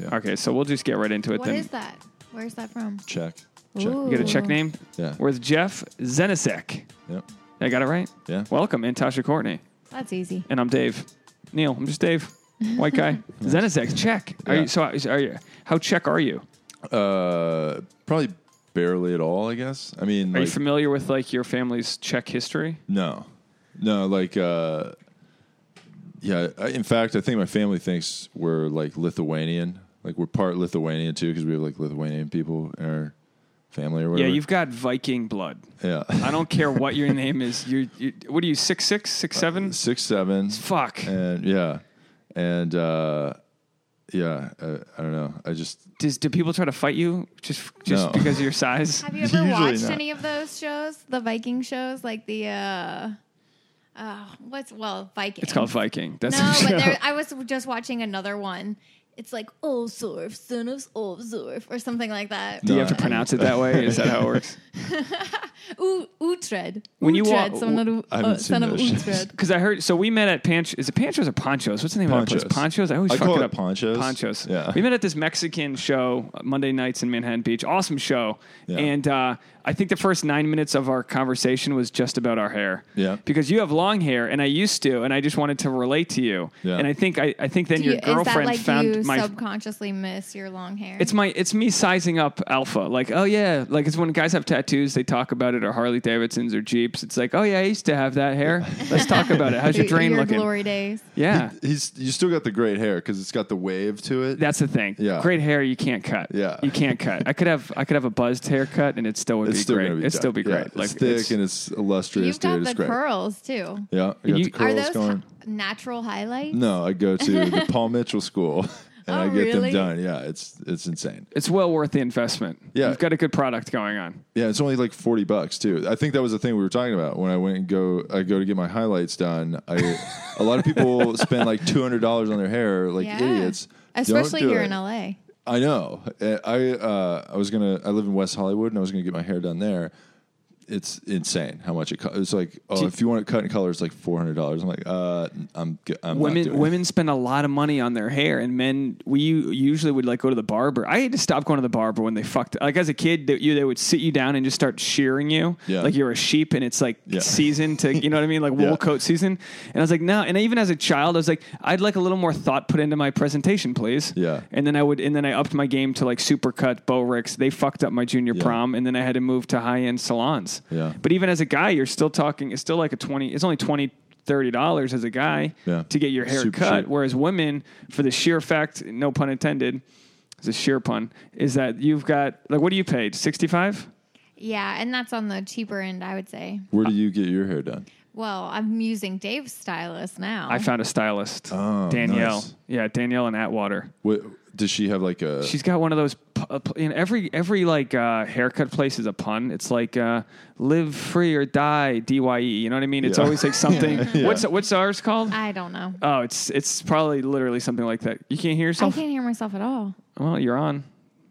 Yeah. Okay, so we'll just get right into it What then. is that? Where's that from? Check. Check. Ooh. You got a check name? Yeah. With Jeff Zenisek. Yep. I got it right? Yeah. Welcome, and Tasha Courtney. That's easy. And I'm Dave. Neil, I'm just Dave. White guy. Zenisek, check. Are Yeah. you, so are you, how check are you? Uh, probably barely at all. I guess. I mean, Are you like, familiar with like your family's Czech history? No, no, like, uh, yeah. I, in fact, I think my family thinks we're like Lithuanian. Like we're part Lithuanian too, because we have like Lithuanian people in our family or whatever. Yeah, you've got Viking blood. yeah. I don't care what your name is. You're, you what are you six six six Uh, seven? six seven. Fuck. And yeah, and uh, yeah. I, I don't know. I just Does, do people try to fight you just just No. because of your size? Have you ever Usually watched not. any of those shows? The Viking shows, like the uh, uh what's well Viking. It's called Viking. That's No, the but show. there, I was just watching another one. It's like Olzorf, son of Olzorf, or something like that. Do you have to pronounce it that way? Is that how it works? U- Utred. When you Utred, wa- son of, I haven't uh, son seen of those shows. Utred. Because I heard, so we met at Panch. Is it Panchos or Ponchos? What's the name of that place? Ponchos. Ponchos. I always I fuck call it it up. Ponchos. Ponchos. Yeah. We met at this Mexican show uh, Monday nights in Manhattan Beach. Awesome show. Yeah. And uh, I think the first nine minutes of our conversation was just about our hair. Yeah. Because you have long hair, and I used to, and I just wanted to relate to you. Yeah. And I think I, I think then Do your you- is that girlfriend like found you my. subconsciously miss your long hair? It's my it's me sizing up alpha. Like, oh yeah, like it's when guys have tattoos, they talk about it or Harley Davidsons or Jeeps. It's like, oh yeah, I used to have that hair. Let's talk about it. How's your drain your looking? glory days. Yeah. He's you still got the great hair because it's got the wave to it. That's the thing. Yeah. Great hair you can't cut. Yeah. You can't cut. I could have I could have a buzzed haircut and it still would it's be still great. gonna be It'd still be dope. Yeah, great. it's thick it's- and it's illustrious, You've got dude. the It's great. curls too. Yeah, I got You- the Are curls those going. hi- natural highlights? No, I go to the Paul Mitchell School and Oh, I get really? them done. Yeah, it's it's insane. it's well worth the investment. Yeah. You've got a good product going on. Yeah, it's only like forty bucks too. I think that was the thing we were talking about when I went and go. I go to get my highlights done. I a lot of people spend like two hundred dollars on their hair, like Yeah. idiots. Don't Especially do here it. in LA. I know. Uh, I uh, I was gonna. I live in West Hollywood, and I was gonna get my hair done there. It's insane how much it costs. It's like, oh, if you want it cut in color, it's like four hundred dollars. I'm like, uh, I'm, g- I'm not doing Women it. women spend a lot of money on their hair and men we u- usually would like go to the barber. I had to stop going to the barber when they fucked like as a kid they, you they would sit you down and just start shearing you Yeah. like you're a sheep and it's like Yeah. season to you know what I mean like wool Yeah. coat season. And I was like, "No." And even as a child I was like, "I'd like a little more thought put into my presentation, please." Yeah. And then I would, and then I upped my game to like Supercut, Bowrix. They fucked up my junior Yeah. prom, and then I had to move to high end salons. Yeah. But even as a guy, you're still talking. It's still like a twenty. It's only twenty. Thirty dollars as a guy Yeah. to get your hair Super cut, cheap. whereas women, for the sheer fact, no pun intended, it's a sheer pun, is that you've got like what do you paid sixty five? Yeah, and that's on the cheaper end, I would say. Where do you get your hair done? Well, I'm using Dave's stylist now. I found a stylist, Oh, Danielle. nice. Yeah, Danielle and Atwater. What does she have? Like a She's got one of those. pu- uh, pl- In every every like uh, haircut place is a pun. It's like uh, live free or die, D Y E. You know what I mean? It's Yeah. always like something. What's what's ours called? I don't know. oh, it's it's probably literally something like that. You can't hear I yourself. can't hear myself at all. Well, you're on.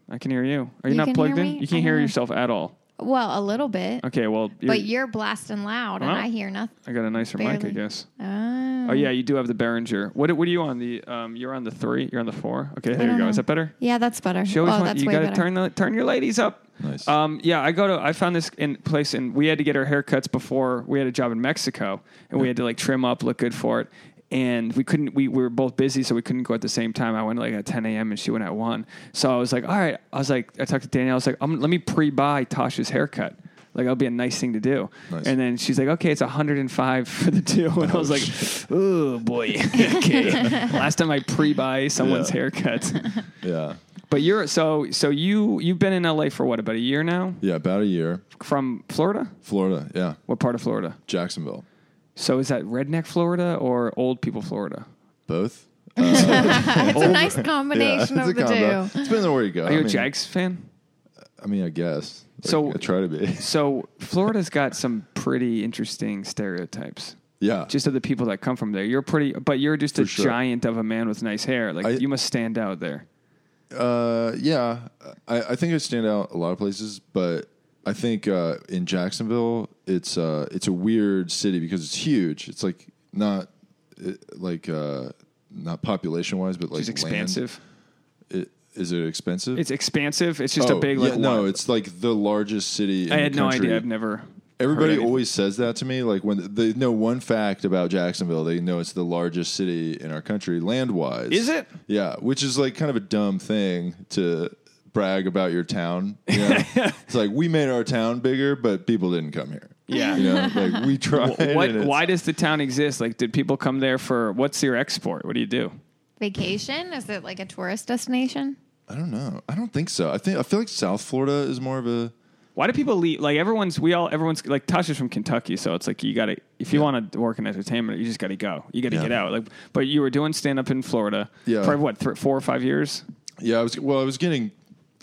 I can hear you. Are you, You not can plugged hear in? You me? I can't don't hear know. yourself at all. Well, a little bit. Okay, well, you're, But you're blasting loud Well. and I hear nothing. I got a nicer mic, I barely. guess. Oh. Oh yeah, you do have the Behringer. What what are you on? The um, you're on the three. You're on the four. Okay, there you don't go. know. Is that better? Yeah, that's better. She always oh, want- that's you way gotta better. turn the turn your ladies up. Nice. Um, yeah, I go to I found this in place and we had to get our haircuts before we had a job in Mexico and we had to like trim up, look good for it. And we couldn't we, we were both busy so we couldn't go at the same time. I went like at ten AM and she went at one. So I was like, All right, I was like I talked to Danielle, I was like, um let me pre buy Tasha's haircut. Like that'll be a nice thing to do. Nice. And then she's like, Okay, it's hundred and five for the two and I was like, Oh boy. okay. Last time I pre buy someone's Yeah. haircut. yeah, But you're so so you you've been in LA for what about a year now yeah, about a year. from Florida? Florida, yeah, What part of Florida? Jacksonville, So is that redneck Florida or old people Florida? both. it's a nice Yeah, combination it's a of the combo. two. Depends on where you go. Are you I a mean, Jags fan? I mean, I guess. Like, So- I try to be. So Florida's got some pretty interesting stereotypes. yeah, Just of the people that come from there. You're pretty but you're just a sure. giant of a man with nice hair. Like I- you must stand out there. Uh, yeah, I, I think I stand out a lot of places, but I think uh, in Jacksonville, it's uh, it's a weird city because it's huge. It's like not it, like uh, not population wise, but like Just expansive. Land. It, is it expensive? It's expansive. It's just a Oh, big like. yeah, no, one- it's like the largest city. In I had the no country. idea. I've never. Everybody heard anything. always says that to me. Like when they know one fact about Jacksonville, they know it's the largest city in our country land wise. Is it? Yeah, which is like kind of a dumb thing to brag about your town. You know? it's like we made our town bigger, but people didn't come here. Yeah. you know, like we tried. What? and it's- Why does the town exist? Like, did people come there for what's your export? What do you do? Vacation? Is it like a tourist destination? I don't know. I don't think so. I think I feel like South Florida is more of a. Why do people leave? Like everyone's, we all, everyone's like Tasha's from Kentucky, so it's like you got to, if you want to work in entertainment, you just got to go. You got to Yeah. get out. Like, but you were doing stand up in Florida Yeah. for what, th- four or five years? Yeah, I was. Well, I was getting.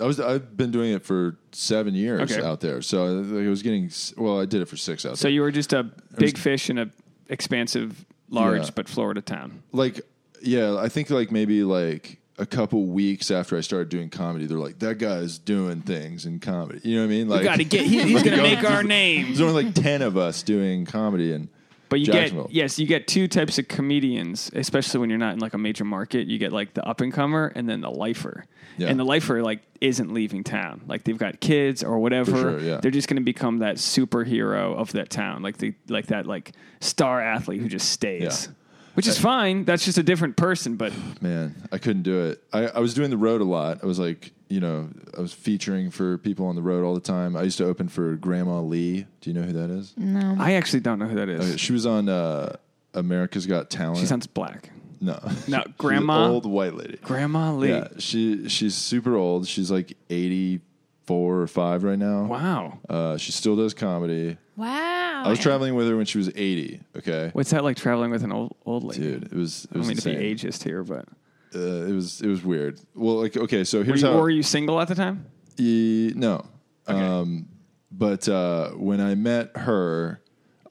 I was. I've been doing it for seven years Okay. out there. So I, like, I was getting. s- Well, I did it for six out So there. you were just a big fish in a expansive, large Yeah. but Florida town. Like, yeah, I think like maybe like a couple weeks after I started doing comedy, they're like, "That guy is doing things in comedy." You know what I mean? Like, got to get. He, he's going to Like, make our name. there's only like ten of us doing comedy, and But you get Jacksonville. yes, you get two types of comedians, especially when you're not in like a major market. You get like the up and comer and then the lifer. Yeah. And the lifer like isn't leaving town. Like they've got kids or whatever. sure, yeah. They're just going to become that superhero of that town, like the like that like star athlete who just stays. Yeah. Which is fine. That's just a different person, but man, I couldn't do it. I, I was doing the road a lot. I was like, you know, I was featuring for people on the road all the time. I used to open for Grandma Lee. Do you know who that is? I actually don't know who that is. She was on uh, America's Got Talent. She sounds black. no, No, She's an Grandma- old white lady. Grandma Lee. Yeah, she she's super old. She's like eighty four or five right now. Wow. Uh, she still does comedy. Wow. I was traveling with her when she was eighty. Okay, What's that like traveling with an old old lady? dude, it was it I don't was mean insane. to be ageist here, but Uh, it was it was weird. Well, like okay, so were here's you, how. were you single at the time? E- no. Um, but uh, when I met her,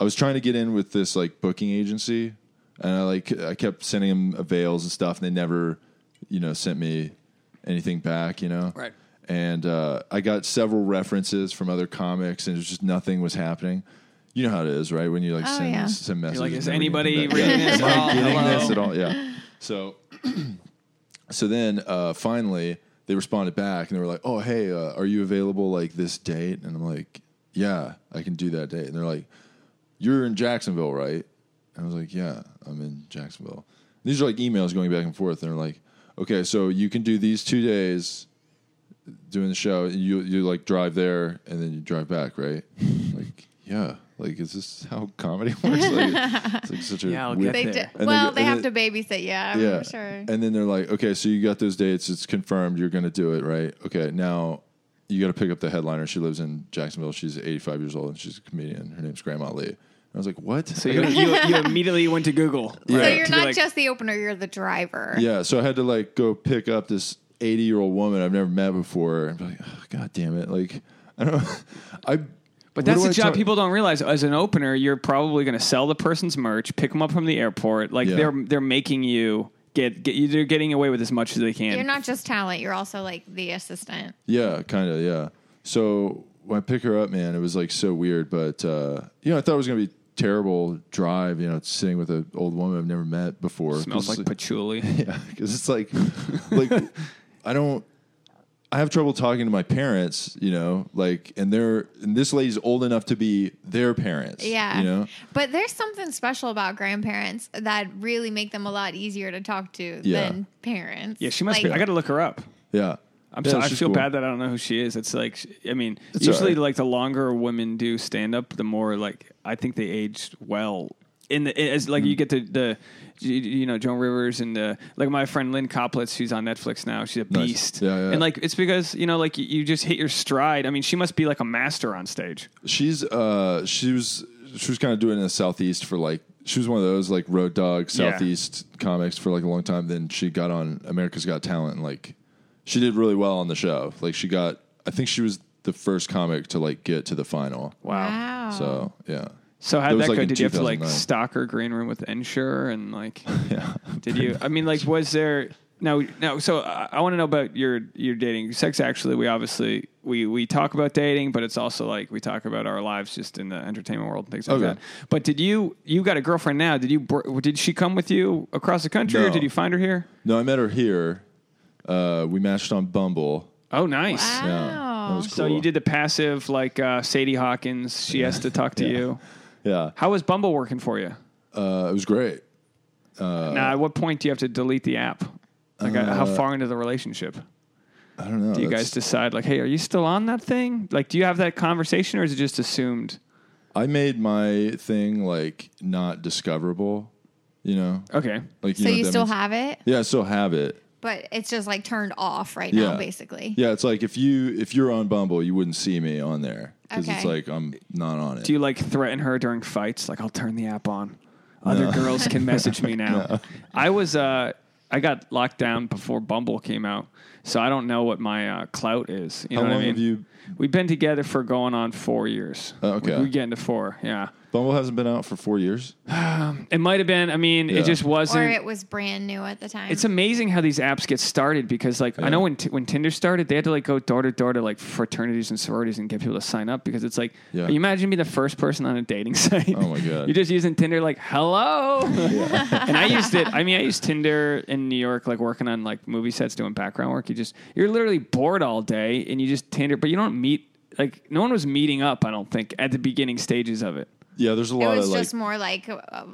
I was trying to get in with this like booking agency, and I like I kept sending them avails and stuff, and they never, you know, sent me anything back. You know, Right. And uh, I got several references from other comics, and it was just nothing was happening. You know how it is, right? When you like Oh, send yeah. send messages, like, and is never get anybody them back. reading Yeah. this Am I at all? getting Hello? this at all? Yeah. So so then uh, finally they responded back and they were like, "Oh hey, uh, are you available like this date?" And I'm like, "Yeah, I can do that date." And they're like, "You're in Jacksonville, right?" And I was like, "Yeah, I'm in Jacksonville." These are like emails going back and forth. And they're like, "Okay, so you can do these two days doing the show. You you like drive there and then you drive back, right?" like, yeah. Like, is this how comedy works? Like, it's like such a Yeah, I'll get weird They there. do, And they well, go- they and have they- to babysit. Yeah, I'm yeah. sure. And then they're like, okay, so you got those dates. It's confirmed. You're going to do it, right? Okay, now you got to pick up the headliner. She lives in Jacksonville. She's 85 years old and she's a comedian. Her name's Grandma Lee. And I was like, what? So I you, gotta- you, you immediately went to Google. Yeah. right, So Right. you're to be not like, just the opener, you're the driver. yeah, so I had to like go pick up this 80 year old woman I've never met before. I'm like, oh, God damn it. Like, I don't I. But that's the job people don't realize. As an opener, you're probably going to sell the person's merch, pick them up from the airport. Like Yeah. they're they're making you get get you. They're getting away with as much as they can. You're not just talent, you're also like the assistant. Yeah, kind of. Yeah. So when I pick her up, man, it was like so weird. But uh, you know, I thought it was gonna be terrible drive. You know, sitting with an old woman I've never met before. smells like 'Cause it's patchouli. yeah, because it's like, like I don't. I have trouble talking to my parents, you know, like, and they're and this lady's old enough to be their parents. Yeah. you know, But there's something special about grandparents that really make them a lot easier to talk to Yeah. than parents. yeah, she must be. Like, I got to look her up. yeah. I'm Yeah, sorry. I she's feel cool. bad that I don't know who she is. It's like, sh- I mean, It's usually all right. like the longer women do stand up, the more like I think they aged well. In the as like Mm-hmm. you get the the you- you know Joan Rivers and the like my friend Lynn Coplitz, she's on Netflix now. She's a Nice. beast. Yeah, yeah. And like it's because you know like you, you just hit your stride. I mean, she must be like a master on stage. She's uh she was she was kind of doing it in the southeast for like she was one of those like road dog Yeah. southeast comics for like a long time. Then she got on America's Got Talent and like she did really well on the show. Like she got I think she was the first comic to like get to the final. Wow. So yeah. So how'd That that, was, like, go? in Did you have to like 2009. stock her green room with Ensure and like? Yeah. Did you? I mean, like, was there? No, no. So I, I want to know about your your dating. Sex, actually, we obviously we we talk about dating, but it's also like we talk about our lives just in the entertainment world and things like Okay. that. But did you you got a girlfriend now? Did you br- did she come with you across the country, or No. did you find her here? No, I met her here Uh, we matched on Bumble. Oh, nice. Wow. Yeah, that was cool. So you did the passive like uh, Sadie Hawkins. She has to talk to Yeah. you. Yeah, How was Bumble working for you? uh, it was great. now, at what point do you have to delete the app? Like, uh, how far into the relationship I don't know. do you guys decide? Like, hey, are you still on that thing? Like, do you have that conversation, or is it just assumed? I made my thing like not discoverable. You know, Okay, like you So know you what that still means? have it, Yeah, I still have it. but it's just like turned off right Yeah. now, basically. Yeah, it's like if you if you're on Bumble, you wouldn't see me on there because it's Okay. like I'm not on it. do you like threaten her during fights? Like, I'll turn the app on. Other girls can message me now. I was uh, I got locked down before Bumble came out, so I don't know what my uh, clout is. You How know what long I mean? have you? We've been together for going on four years. Oh, okay. we, we get into four. Yeah, Bumble hasn't been out for four years. it might have been. I mean, Yeah. it just wasn't. Or it was brand new at the time. it's amazing how these apps get started because, like, I know when t- when Tinder started, they had to like go door to door to like fraternities and sororities and get people to sign up because it's like, Yeah. you imagine being the first person on a dating site. Oh, my God. You're just using Tinder, like, hello. and I used it. I mean, I used Tinder in New York, like working on like movie sets, doing background work. You just you're literally bored all day, and you just Tinder, but you don't meet. Like, no one was meeting up. I don't think at the beginning stages of it. Yeah, there's a it lot was of like just more like uh,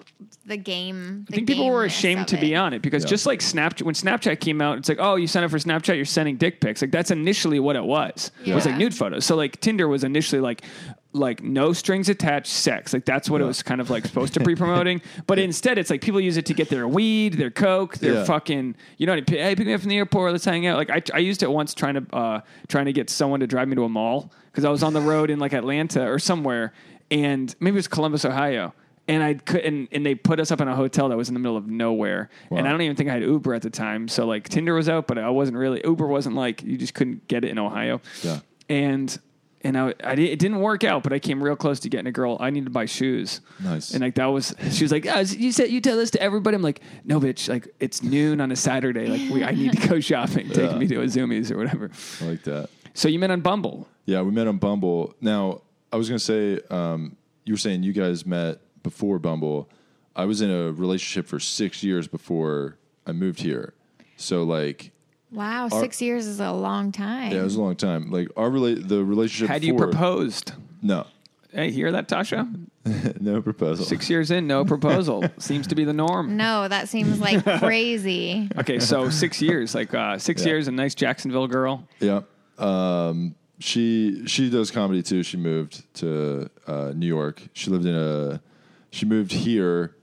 the game. I think people were ashamed to be on it because Yeah. just like Snapchat, when Snapchat came out, it's like, oh, you sign up for Snapchat, you're sending dick pics. Like that's initially what it was. It was Yeah. like nude photos. So like Tinder was initially like, like no strings attached sex. Like that's what it was kind of like supposed to be promoting. But instead, it's like people use it to get their weed, their coke, their Yeah. fucking, you know, what I mean? hey, pick me up from the airport, let's hang out. Like I, I used it once trying to, uh, trying to get someone to drive me to a mall because I was on the road in like Atlanta or somewhere, and maybe it was Columbus, Ohio and I couldn't. And they put us up in a hotel that was in the middle of nowhere. And I don't even think I had Uber at the time. So like Tinder was out, but I wasn't really Uber wasn't like you just couldn't get it in Ohio. Yeah. And and I, I di- it didn't work out, but I came real close to getting a girl. I needed to buy shoes. Nice. And like that was she was like, oh, you said you tell this to everybody. I'm like, no, bitch. Like it's noon on a Saturday. Like we, I need to go shopping. Take Yeah. me to a Zoomies or whatever. I like that. So you met on Bumble. Yeah, we met on Bumble. Now, I was gonna say, um, you were saying you guys met before Bumble. I was in a relationship for six years before I moved here. So like, Wow, six years is a long time. yeah, it was a long time. Like our rela- the relationship. Had you for- proposed? No, Hey, hear that, Tasha? no proposal. Six years in, no proposal seems to be the norm. no, that seems like crazy. Okay, so six years, like uh, six years, a nice Jacksonville girl. Yeah. Um, she she does comedy too. She moved to uh, New York. She lived in a she moved here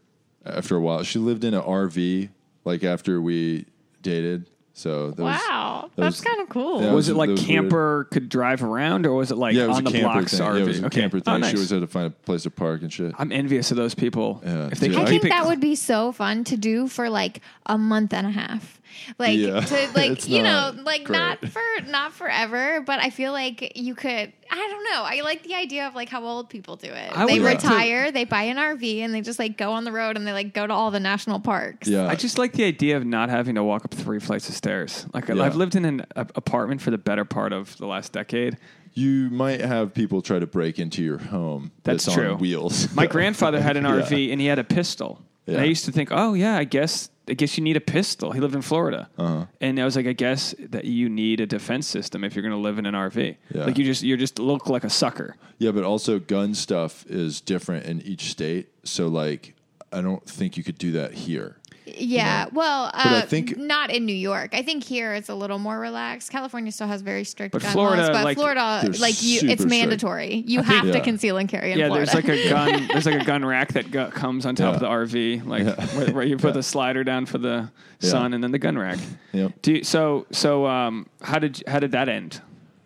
after a while. She lived in an RV like after we dated. So that was- wow, that that's was- kind of cool. Yeah. That Was was- it that like was camper could drive around, or was it like yeah, it was on a the camper blocks thing. RV? Yeah, it was a Okay. camper thing. Oh, nice. She always had to find a place to park and shit. I'm envious of those people. Yeah, if they dude, can I I keep think it, that would be so fun to do for like a month and a half. Like Yeah. to It's like you know, not like great. not for not forever, but I feel like you could I don't know. I like the idea of like how old people do it. I they would like to- retire, they buy an RV and they just like go on the road and they like go to all the national parks. yeah, I just like the idea of not having to walk up three flights of stairs. Like I- Yeah. I've lived in an a- apartment for the better part of the last decade. you might have people try to break into your home. That's That's, true. on wheels. My grandfather had an RV and he had a pistol. And I Yeah. used to think, oh yeah, I guess I guess you need a pistol. He lived in Florida, Uh-huh. and I was like, I guess that you need a defense system if you're going to live in an RV. Yeah. Like you just you just look like a sucker. Yeah, but also gun stuff is different in each state. So like, I don't think you could do that here. Yeah. Well, uh, I think- not in New York. I think here it's a little more relaxed. California still has very strict But gun Florida, laws, but like, Florida, they're like you, super it's strict. mandatory. You have Yeah. to conceal and carry in Yeah, Florida. there's like a gun. There's like a gun rack that go, comes on top of the RV, like where, where you put the slider down for the Yeah. sun, and then the gun rack. Yep. Do you, so. So um, how did how did that end?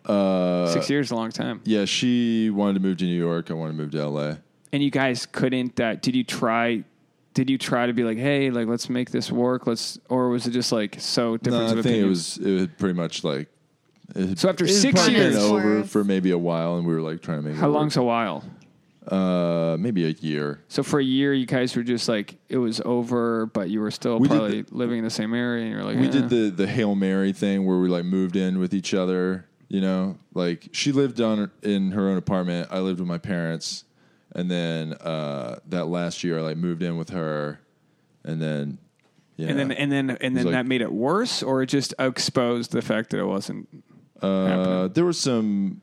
Uh, Six years, is a long time. Yeah, she wanted to move to New York. I wanted to move to LA. And you guys couldn't. Uh, did you try? Did you try to be like, hey, like let's make this work? Let's, or was it just like so No, I different? think it was it was pretty much like it had- So after it had six probably been years- over for maybe a while, and we were like trying to make How it long's work. a while? uh maybe a year. So for a year, you guys were just like it was over, but you were still We did probably living in the same area, and you're like, We eh. did the the hail mary thing where we like moved in with each other. You know, like she lived on in her own apartment. I lived with my parents, and then uh that last year I like moved in with her, and then Yeah. And then and then and then like- that made it worse, or it just exposed the fact that it wasn't. uh, there was some.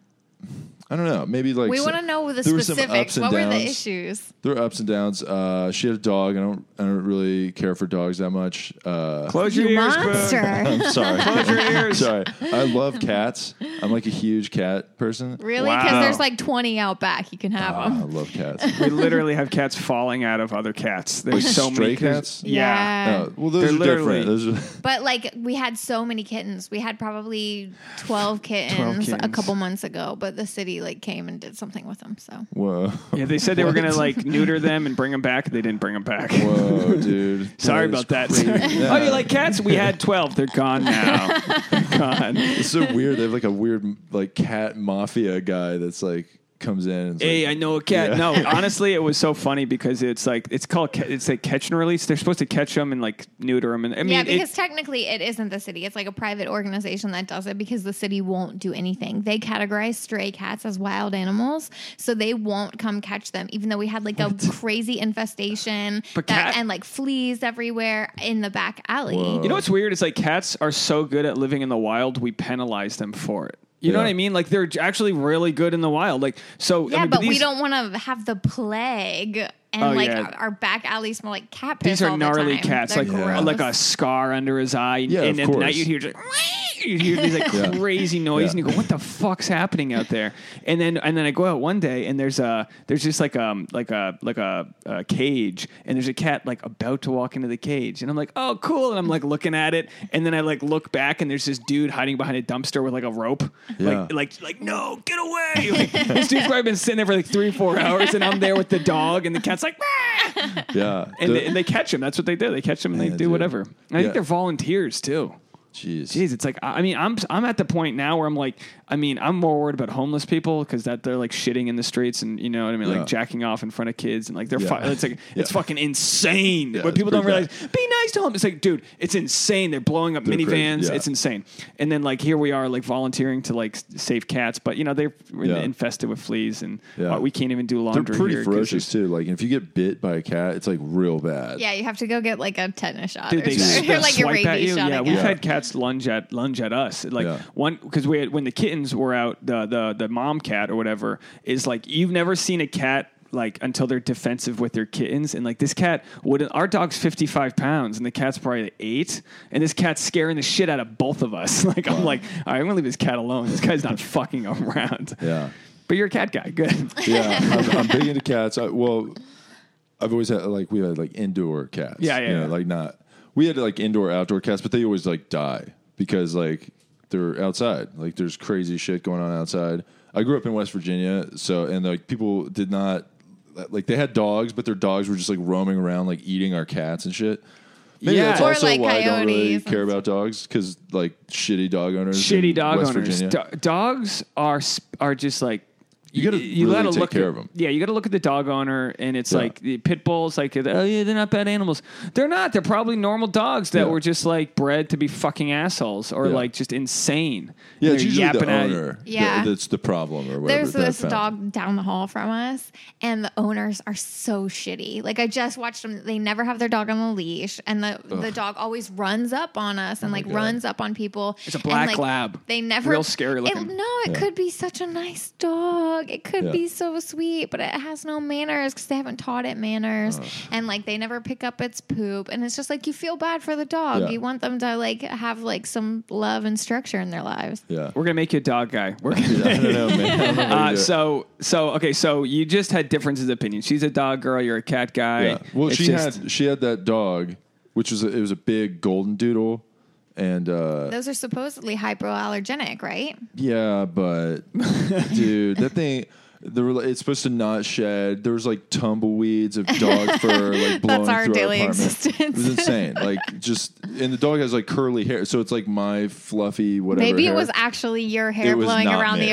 I don't know. Maybe like we some- want to know the there were some specifics. ups and What were the downs. issues? There were ups and downs. Uh, she had a dog. I don't. I don't really care for dogs that much. Uh, Close your You ears, boo. monster. I'm sorry. Close your ears. sorry. I love cats. I'm like a huge cat person. Really? Because Wow. there's like 20 out back. You can have Ah, I them. love cats. We literally have cats falling out of other cats. There's Like so many stray cats? Yeah. Oh, well, those They're are literally- different. Those are, But like we had so many kittens. We had probably 12 kittens, a kittens. couple months ago, but the city like came and did something with them. So whoa. Yeah, they said they were going to like neuter them and bring them back. They didn't bring them back. Whoa, dude. Sorry That is about that. crazy. oh, you like cats? We had 12. They're gone now. gone. It's so weird. They have like a weird like cat mafia guy that's like comes in. And it's Hey, like, I know a cat. Yeah. No, honestly, it was so funny because it's like it's called ca- it's like catch and release. They're supposed to catch them and like neuter them, and I mean, yeah, it- because technically it isn't the city. It's like a private organization that does it because the city won't do anything. They categorize stray cats as wild animals, so they won't come catch them, even though we had like a crazy infestation But that, cat- and like fleas everywhere in the back alley. Whoa. You know what's weird is like cats are so good at living in the wild, we penalize them for it. You know Yeah. what I mean? Like they're j- actually really good in the wild. Like so, I Yeah, mean, but we these- don't want to have the plague and Oh, like yeah. our back alley smell like cat piss. These are all gnarly the time. cats, They're like gross. like a scar under his eye. And, Yeah, and at of night course. you'd hear just like, you hear these like Yeah. crazy noise, Yeah. and you go, "What the fuck's happening out there?" And then and then I go out one day, and there's a there's just like um like a like a, a cage, and there's a cat like about to walk into the cage, and I'm like, "Oh, cool!" And I'm like looking at it, and then I like look back, and there's this dude hiding behind a dumpster with like a rope, Yeah. like like like no, get away! Like, this dude's probably been sitting there for like three four hours, and I'm there with the dog, and the cat's like. "Meow." yeah. and, the- they, and they catch them. That's what they do. They catch them and they Yeah, do dude. whatever. And I Yeah. think they're volunteers too. jeez. Jeez, it's like I I mean, I'm I'm at the point now where I'm like, I mean, I'm more worried about homeless people because that they're like shitting in the streets and you know what I mean, Yeah. like jacking off in front of kids and like they're Yeah. fu- it's like it's Yeah. fucking insane. Yeah, but it's people don't pretty realize bad. be nice to homeless. It's like, dude, it's insane. They're blowing up They're crazy. minivans. Yeah. It's insane. And then like here we are like volunteering to like s- save cats, but you know they're Yeah. infested with fleas and Yeah. uh, we can't even do They're laundry. pretty here 'cause ferocious too. Like if you get bit by a cat, it's like real bad. Yeah, you have to go get like a tetanus shot Dude, or, they something. or s- like your swipe at rabies you. shot. Yeah, again. we've had cats lunge at lunge at us. Like Yeah. one because we had, when the kittens were out, the the the mom cat or whatever is like you've never seen a cat. Like until they're defensive with their kittens, and like this cat would our dog's fifty five pounds, and the cat's probably like eight, and this cat's scaring the shit out of both of us. Like I'm like, all right, I'm gonna leave this cat alone. This guy's not fucking around. Yeah. But you're a cat guy, good. Yeah, I'm, I'm big into cats. I, well, I've always had like we had like indoor cats. Yeah, yeah, you know, yeah. Like not we had like indoor outdoor cats, but they always like die because like they're outside. Like there's crazy shit going on outside. I grew up in West Virginia, so and like people did not like they had dogs, but their dogs were just like roaming around like eating our cats and shit. Maybe Yeah. that's Or, also like, why I don't really coyotes. care about dogs because like shitty dog owners, in shitty dog West owners. Virginia. Do- dogs are sp- are just like You gotta really take look care at, of 'em. Yeah, you got to look at the dog owner, and it's Yeah. like the pit bulls. Like, oh yeah, they're not bad animals. They're not. They're probably normal dogs that Yeah. were just like bred to be fucking assholes or Yeah. like just insane. Yeah, And it's they're usually the yapping at- owner. Yeah. that- that's the problem or whatever. There's that I this found. dog down the hall from us, and the owners are so shitty. Like I just watched them; they never have their dog on the leash, and the, the dog always runs up on us and like God. runs up on people. Oh It's a And, black like, lab. They never Real scary looking. It, no, it Yeah. could be such a nice dog. It could Yeah. be so sweet, but it has no manners because they haven't taught it manners, and like they never pick up its poop. And it's just like you feel bad for the dog. Yeah. You want them to like have like some love and structure in their lives. Yeah. We're gonna make you a dog guy. We're gonna I don't know, man. I don't know what Uh, to do. so so okay so you just had differences of opinion. She's a dog girl. You're a cat guy. yeah. well, It's she just- had she had that dog, which was a, it was a big golden doodle, and uh, Those are supposedly hypoallergenic, right? yeah, but dude, that thing. The, rela- it's supposed to not shed. There was like tumbleweeds of dog fur like blowing our through daily our apartment. It existence. was insane. Like just and the dog has like curly hair, so it's like my fluffy whatever. Maybe it hair. was actually your hair It was blowing not around me. the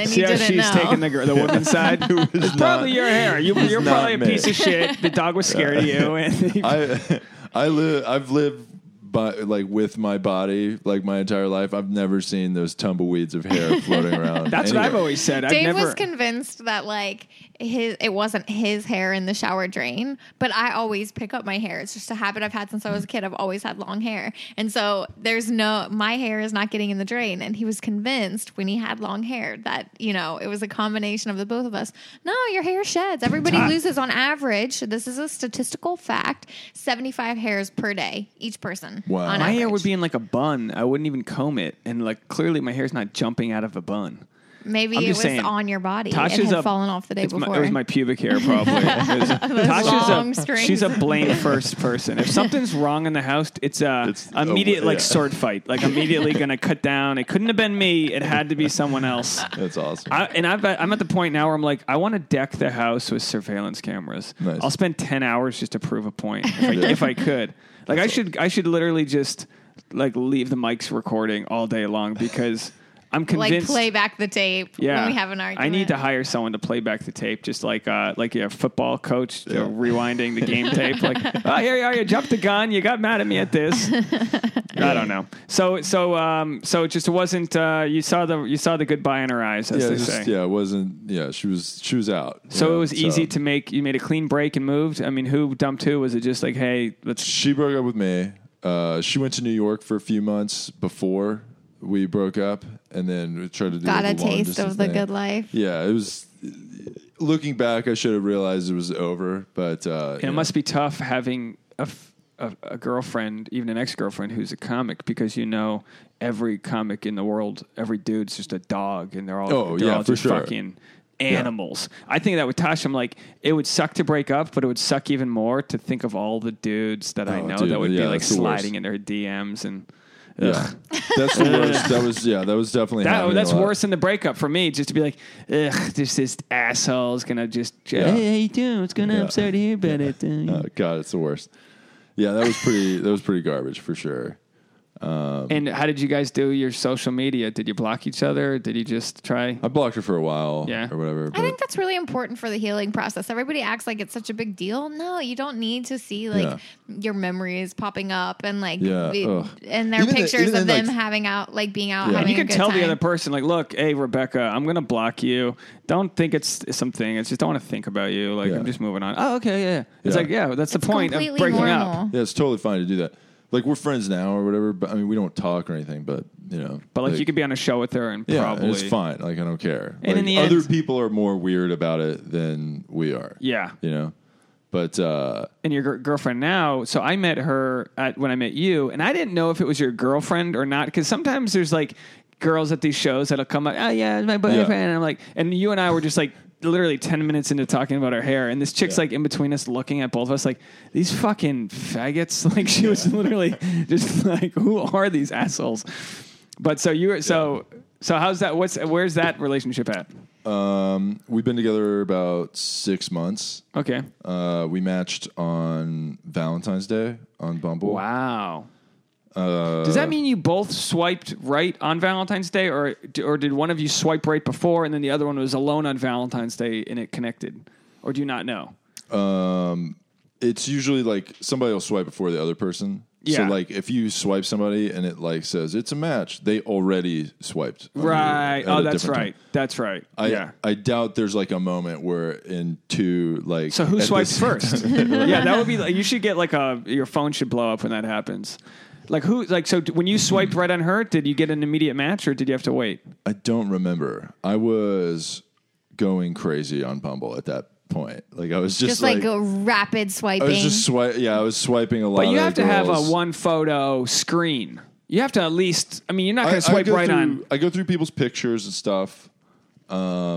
and See you how didn't she's know. taking the, gr- the woman's side? it's probably your hair. You, you're not probably a me. piece of shit. The dog was scared of you. And I I live I've lived by like with my body like my entire life. I've never seen those tumbleweeds of hair floating around. that's what I've anywhere. always said. Dave I've never. was convinced that like his it wasn't his hair in the shower drain, but I always pick up my hair. It's just a habit I've had since I was a kid. I've always had long hair. And so there's no my hair is not getting in the drain. And he was convinced when he had long hair that, you know, it was a combination of the both of us. No, your hair sheds. Everybody loses on average. This is a statistical fact. 75 hairs per day, each person. Wow. on My hair average. would be in like a bun. I wouldn't even comb it, and like clearly my hair's not jumping out of a bun. Maybe I'm it just was saying, on your body. it Tasha's had a- fallen off the day It's before. my, it was my pubic hair, probably. It was- long Tasha's a, strings. she's a blame first person. If something's wrong in the house, it's a It's- oh, immediate like yeah. sword fight. Like immediately gonna cut down. It couldn't have been me. It had to be someone else. That's awesome. I, and I've, I'm at the point now where I'm like, I want to deck the house with surveillance cameras. Nice. I'll spend ten hours just to prove a point if I, Yeah. if I could. Like I should, I should literally just like leave the mics recording all day long because I'm like convinced. play back the tape yeah, when we have an argument. I need to hire someone to play back the tape, just like uh, like a football coach you know, Yeah. rewinding the game tape. Like, oh, here you are, you jumped the gun, you got mad at me at this. I don't know. So so um so it just wasn't. Uh, you saw the you saw the goodbye in her eyes, as yeah, they just- say. yeah, it wasn't. Yeah, she was. She was out. you So know, it was easy to make. You made a clean break and moved. I mean, who dumped who? Was it just like, hey, let's? She broke up with me. Uh, she went to New York for a few months before we broke up, and then we tried to do got a like, long taste distance of the thing. good life. Yeah, it was. Looking back, I should have realized it was over, but uh, And it must be tough having a, f- a- a girlfriend, even an ex girlfriend, who's a comic because you know every comic in the world, every dude's just a dog, and they're all Oh, they're yeah, all for just sure. fucking animals. I think that with Tasha, I'm like, it would suck to break up, but it would suck even more to think of all the dudes that I Oh, know dude, that would be yeah, like that's the worst. sliding in their DMs and. yeah, that's the worst. That was yeah, that was definitely That- happening a that's lot. worse than the breakup for me. Just to be like, ugh, this this asshole's gonna just Yeah. hey, how you doing? What's going on? I'm sorry to hear about it. Uh, Oh, God, it's the worst. Yeah, that was pretty. that was pretty garbage for sure. Um, and how did you guys do your social media? Did you block each other? Did you just try? I blocked her for a while, Yeah. or whatever. I But think that's really important for the healing process. Everybody acts like it's such a big deal. No, you don't need to see like your memories popping up and like Yeah, the- ugh. and their Even the- pictures even of like- them having out like being out. Yeah. Having You a can good tell time. the other person, like, look, hey, Rebecca, I'm going to block you. Don't think it's something. It's just don't want to think about you. Like, Yeah. I'm just moving on. Oh, okay, yeah. yeah. It's Yeah. like, yeah, that's the It's point of completely breaking normal. up. yeah, it's totally fine to do that. Like we're friends now or whatever. But I mean, we don't talk or anything. But you know, But like, you could be on a show with her and Yeah, probably and it's fine. Like I don't care. And in like, the other end- people are more weird about it than we are. Yeah. you know. But uh, and your gir- girlfriend now. So I met her at when I met you, and I didn't know if it was your girlfriend or not because sometimes there's like girls at these shows that'll come up, oh yeah, it's my boyfriend. And I'm like, and you and I were just like literally 10 minutes into talking about our hair and this chick's Yeah. like in between us looking at both of us like these fucking faggots like she was literally just like who are these assholes but so you were so so how's that what's where's that relationship at um, we've been together about six months. okay Uh, we matched on Valentine's Day on Bumble. Wow. Uh, Does that mean you both swiped right on Valentine's Day, or or did one of you swipe right before and then the other one was alone on Valentine's Day and it connected, or do you not know? It's usually like somebody will swipe before the other person. Yeah. So like if you swipe somebody and it like says it's a match, they already swiped. on you Right. at Oh, a that's different time. right. That's right. I, yeah. I doubt there's like a moment where in two like So who at swipes this- first? yeah, that would be. Like, you should get like a your phone should blow up when that happens. Like who? Like so d- when you swiped right on her, did you get an immediate match or did you have to wait? I don't remember. I was going crazy on Bumble at that point. Like I was just, just like, like, a rapid I swiping. was just swipe. Yeah, I was swiping a lot. But you of have to have a Uh, girls. one photo screen. You have to at least. I mean, you're not I- going I to swipe go right through- on. I go through people's pictures and stuff. so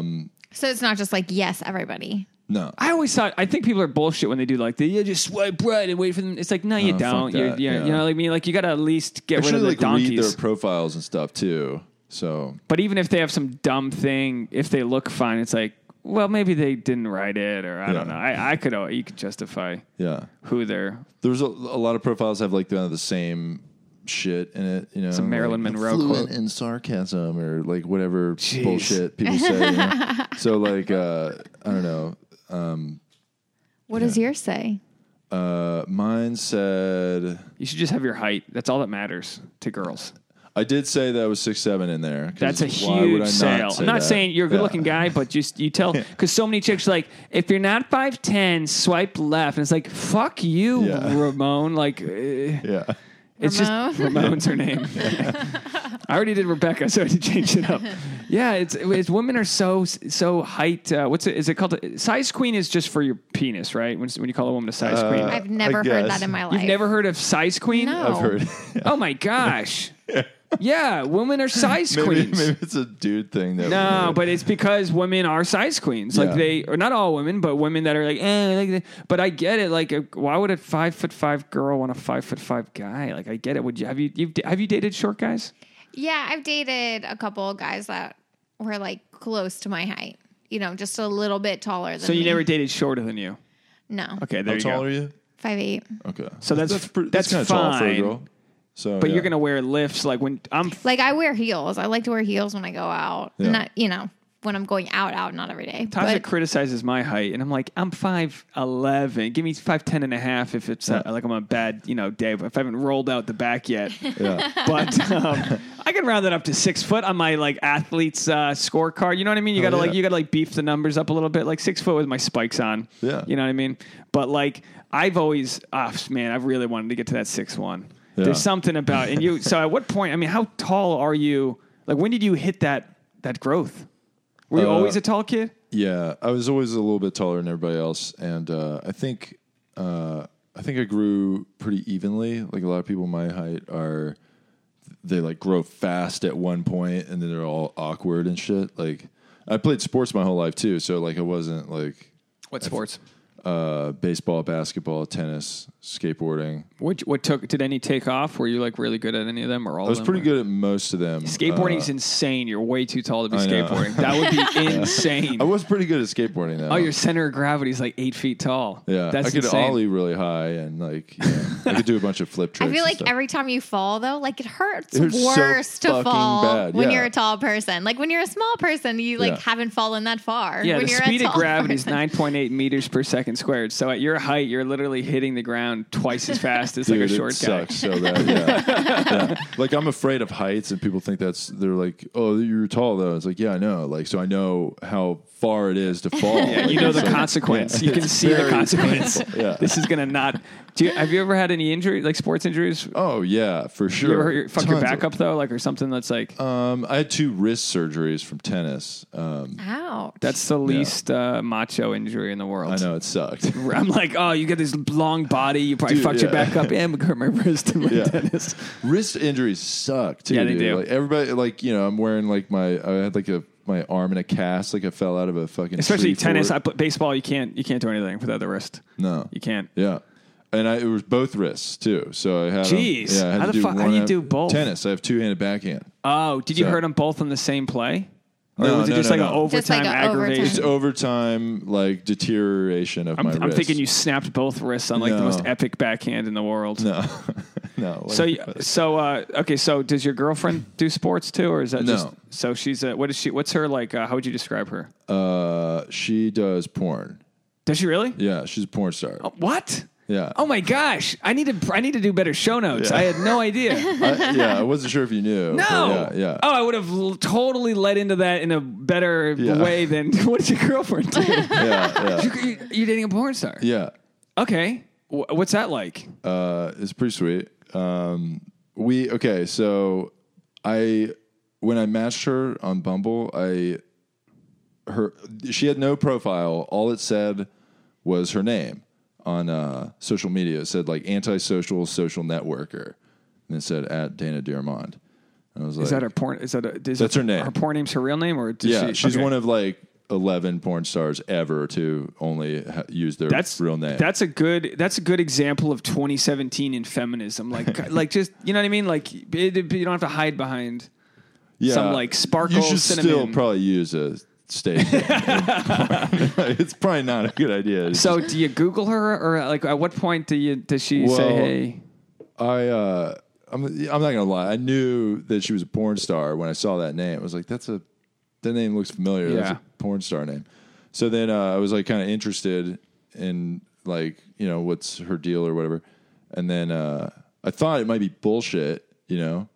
it's not just like yes, everybody. No, I always thought I think people are bullshit when they do like the you just swipe right and wait for them. It's like no, you Oh, fuck don't. You're, that, you're, You yeah. know, like I mean, like you got to at least get I should rid of the like read their donkeys. profiles and stuff too. So but even if they have some dumb thing, if they look fine, it's like well maybe they didn't write it or I don't Yeah. know. I, I could al- you could justify yeah, who they're. there's a, a lot of profiles have like the, the same shit in it. You know, some Marilyn Monroe quote. fluent in sarcasm or like whatever bullshit people say. you know? so like uh, I don't know. What does yours say? Uh, mine said. You should just have your height. That's all that matters to girls. I did say that was six seven in there. 'cause That's a why would I huge sale. say I'm not that? saying you're a good Yeah. looking guy, but just you tell because so many chicks are like if you're not five ten, swipe left, and it's like fuck you, Yeah. Ramon. Like uh, Yeah. it's just Ramon. Ramon's her name. I already did Rebecca, so I had to change it up. Yeah, it's, it's women are so so height. Uh, what's it? Is it called a- size queen? Is just for your penis, right? When, when you call a woman a size queen, Uh, I've never I heard guess. that in my life. you've never heard of size queen? No. I've heard. Oh my gosh. yeah, women are size maybe, queens. maybe it's a dude thing. That No, but it's because women are size queens. Like Yeah. they, or not all women, but women that are like, eh, I like that. but I get it. Like, uh, why would a five foot five girl want a five foot five guy? Like, I get it. Would you have you you've, have you dated short guys? Yeah, I've dated a couple guys that were like close to my height. You know, just a little bit taller than So you me. never dated shorter than you. No. Okay, there How you tall go. are you? Five eight. Okay. So that's- pretty- that's kinda tall for a fine. girl. So, But yeah. you're gonna wear lifts like when I'm. Like I wear heels. I like to wear heels when I go out. Yeah. Not you know, when I'm going out, out, not every day. Tasha But criticizes my height, and I'm like, I'm five eleven. Give me five ten and a half if it's uh, like I'm on a bad, you know, day. If I haven't rolled out the back yet, Yeah. but um, I can round that up to six foot on my like athlete's uh, scorecard. You know what I mean? You Oh, gotta like yeah. you gotta like beef the numbers up a little bit. Like six foot with my spikes on. Yeah. you know what I mean. But like I've always, ah, man, I've really wanted to get to that six one. Yeah. There's something about and you. so at what point? I mean, how tall are you? Like when did you hit that that growth? Were you Uh, always a tall kid? Yeah, I was always a little bit taller than everybody else, and uh, I think uh, I think I grew pretty evenly. Like a lot of people my height are, they like grow fast at one point, and then they're all awkward and shit. Like I played sports my whole life too, so like I wasn't like What sports? uh, baseball, basketball, tennis, skateboarding. What what took? Did any take off? Were you like really good at any of them or all? I was pretty good at most of them. Skateboarding's Uh, insane. You're way too tall to be I know. skateboarding. That would be insane. I was pretty good at skateboarding though. Oh, your center of gravity is like eight feet tall. yeah, that's I could insane. ollie really high and like yeah, I could do a bunch of flip I tricks. feel and like stuff. every time you fall though, like it hurts It hurts so worse to fucking fall bad, when yeah. you're a tall person. Like when you're a small person, you like Yeah. haven't fallen that far. Yeah, when the you're speed a of tall gravity is person. nine point eight meters per second squared. So at your height, you're literally hitting the ground twice as fast as like a Dude, short it guy. sucks so bad. Yeah. Yeah. Like I'm afraid of heights, and people think that's they're like, oh, you're tall though. It's like, yeah, I know. Like so, I know how far it is to fall. Yeah, Like, you know it's the like- consequence. yeah. You can It's see the very consequence. painful. Yeah. This is gonna not. Do you, have you ever had any injury, like sports injuries? Oh yeah, for sure. You ever hurt your, fuck your Tons back of- up though, like or something that's like Um, I had two wrist surgeries from tennis. Um, Ouch. that's the least uh, macho injury in the world. I know it sucked. I'm like, oh, you got this long body. You probably Dude, fucked your yeah. back up and hurt my wrist in my Yeah. tennis. wrist injuries suck too. Yeah, they dude. do. Like everybody, like you know, I'm wearing like my I had like a my arm in a cast. Like I fell out of a fucking especially tree tennis. fort. I put baseball. You can't you can't do anything without the wrist. no, You can't. Yeah. And I, it was both wrists too, so I had. 'em- Jeez. yeah, I How had to the do fuck- how do one you hand- do both? Tennis. I have two-handed backhand. Oh, did you So- hurt them both on the same play? Or No, was it no, just no, like an no. overtime Just like a aggravation? It's overtime, like deterioration of my I'm, wrist. I'm thinking you snapped both wrists on like the No. most epic backhand in the world. No, no. So like- you- so uh, okay. So does your girlfriend do sports too, or is that No. just so she's a, what is she? What's her like? Uh, how would you describe her? uh, she does porn. Does she really? Yeah, she's a porn star. Oh. What? Yeah. Oh my gosh! I need to I need to do better show notes. Yeah. I had no idea. I, yeah, I wasn't sure if you knew. but No. Yeah, yeah. Oh, I would have l- totally led into that in a better Yeah. way than what did your girlfriend do? yeah, yeah, You- you- You're dating a porn star. yeah. Okay. Wh- What's that like? Uh, it's pretty sweet. Um, we okay. So I when I matched her on Bumble, I her she had no profile. All it said was her name on uh, social media. It said like antisocial social networker, and it said at Dana Diarmond. And I was like, Is that her porn? Is that a, is That's it- her name. Her porn name's her real name, or does yeah, she, she's okay. one of like eleven porn stars ever to only ha- use their that's real name. That's a good. That's a good example of 2017 in feminism. Like, like just you know what I mean. Like, it, it- you don't have to hide behind. yeah, some, like, sparkle You should still cinnamon. probably use a stage. name in porn. it's probably not a good idea. It's So, do you Google her, or like, at what point do you does she say, Well, "Hey"? I uh, I'm I'm not gonna lie. I knew that she was a porn star when I saw that name. I was like, that's a that name looks familiar. That's Yeah. a porn star name. So then uh, I was like kind of interested in like you know what's her deal or whatever. And then uh, I thought it might be bullshit, you know.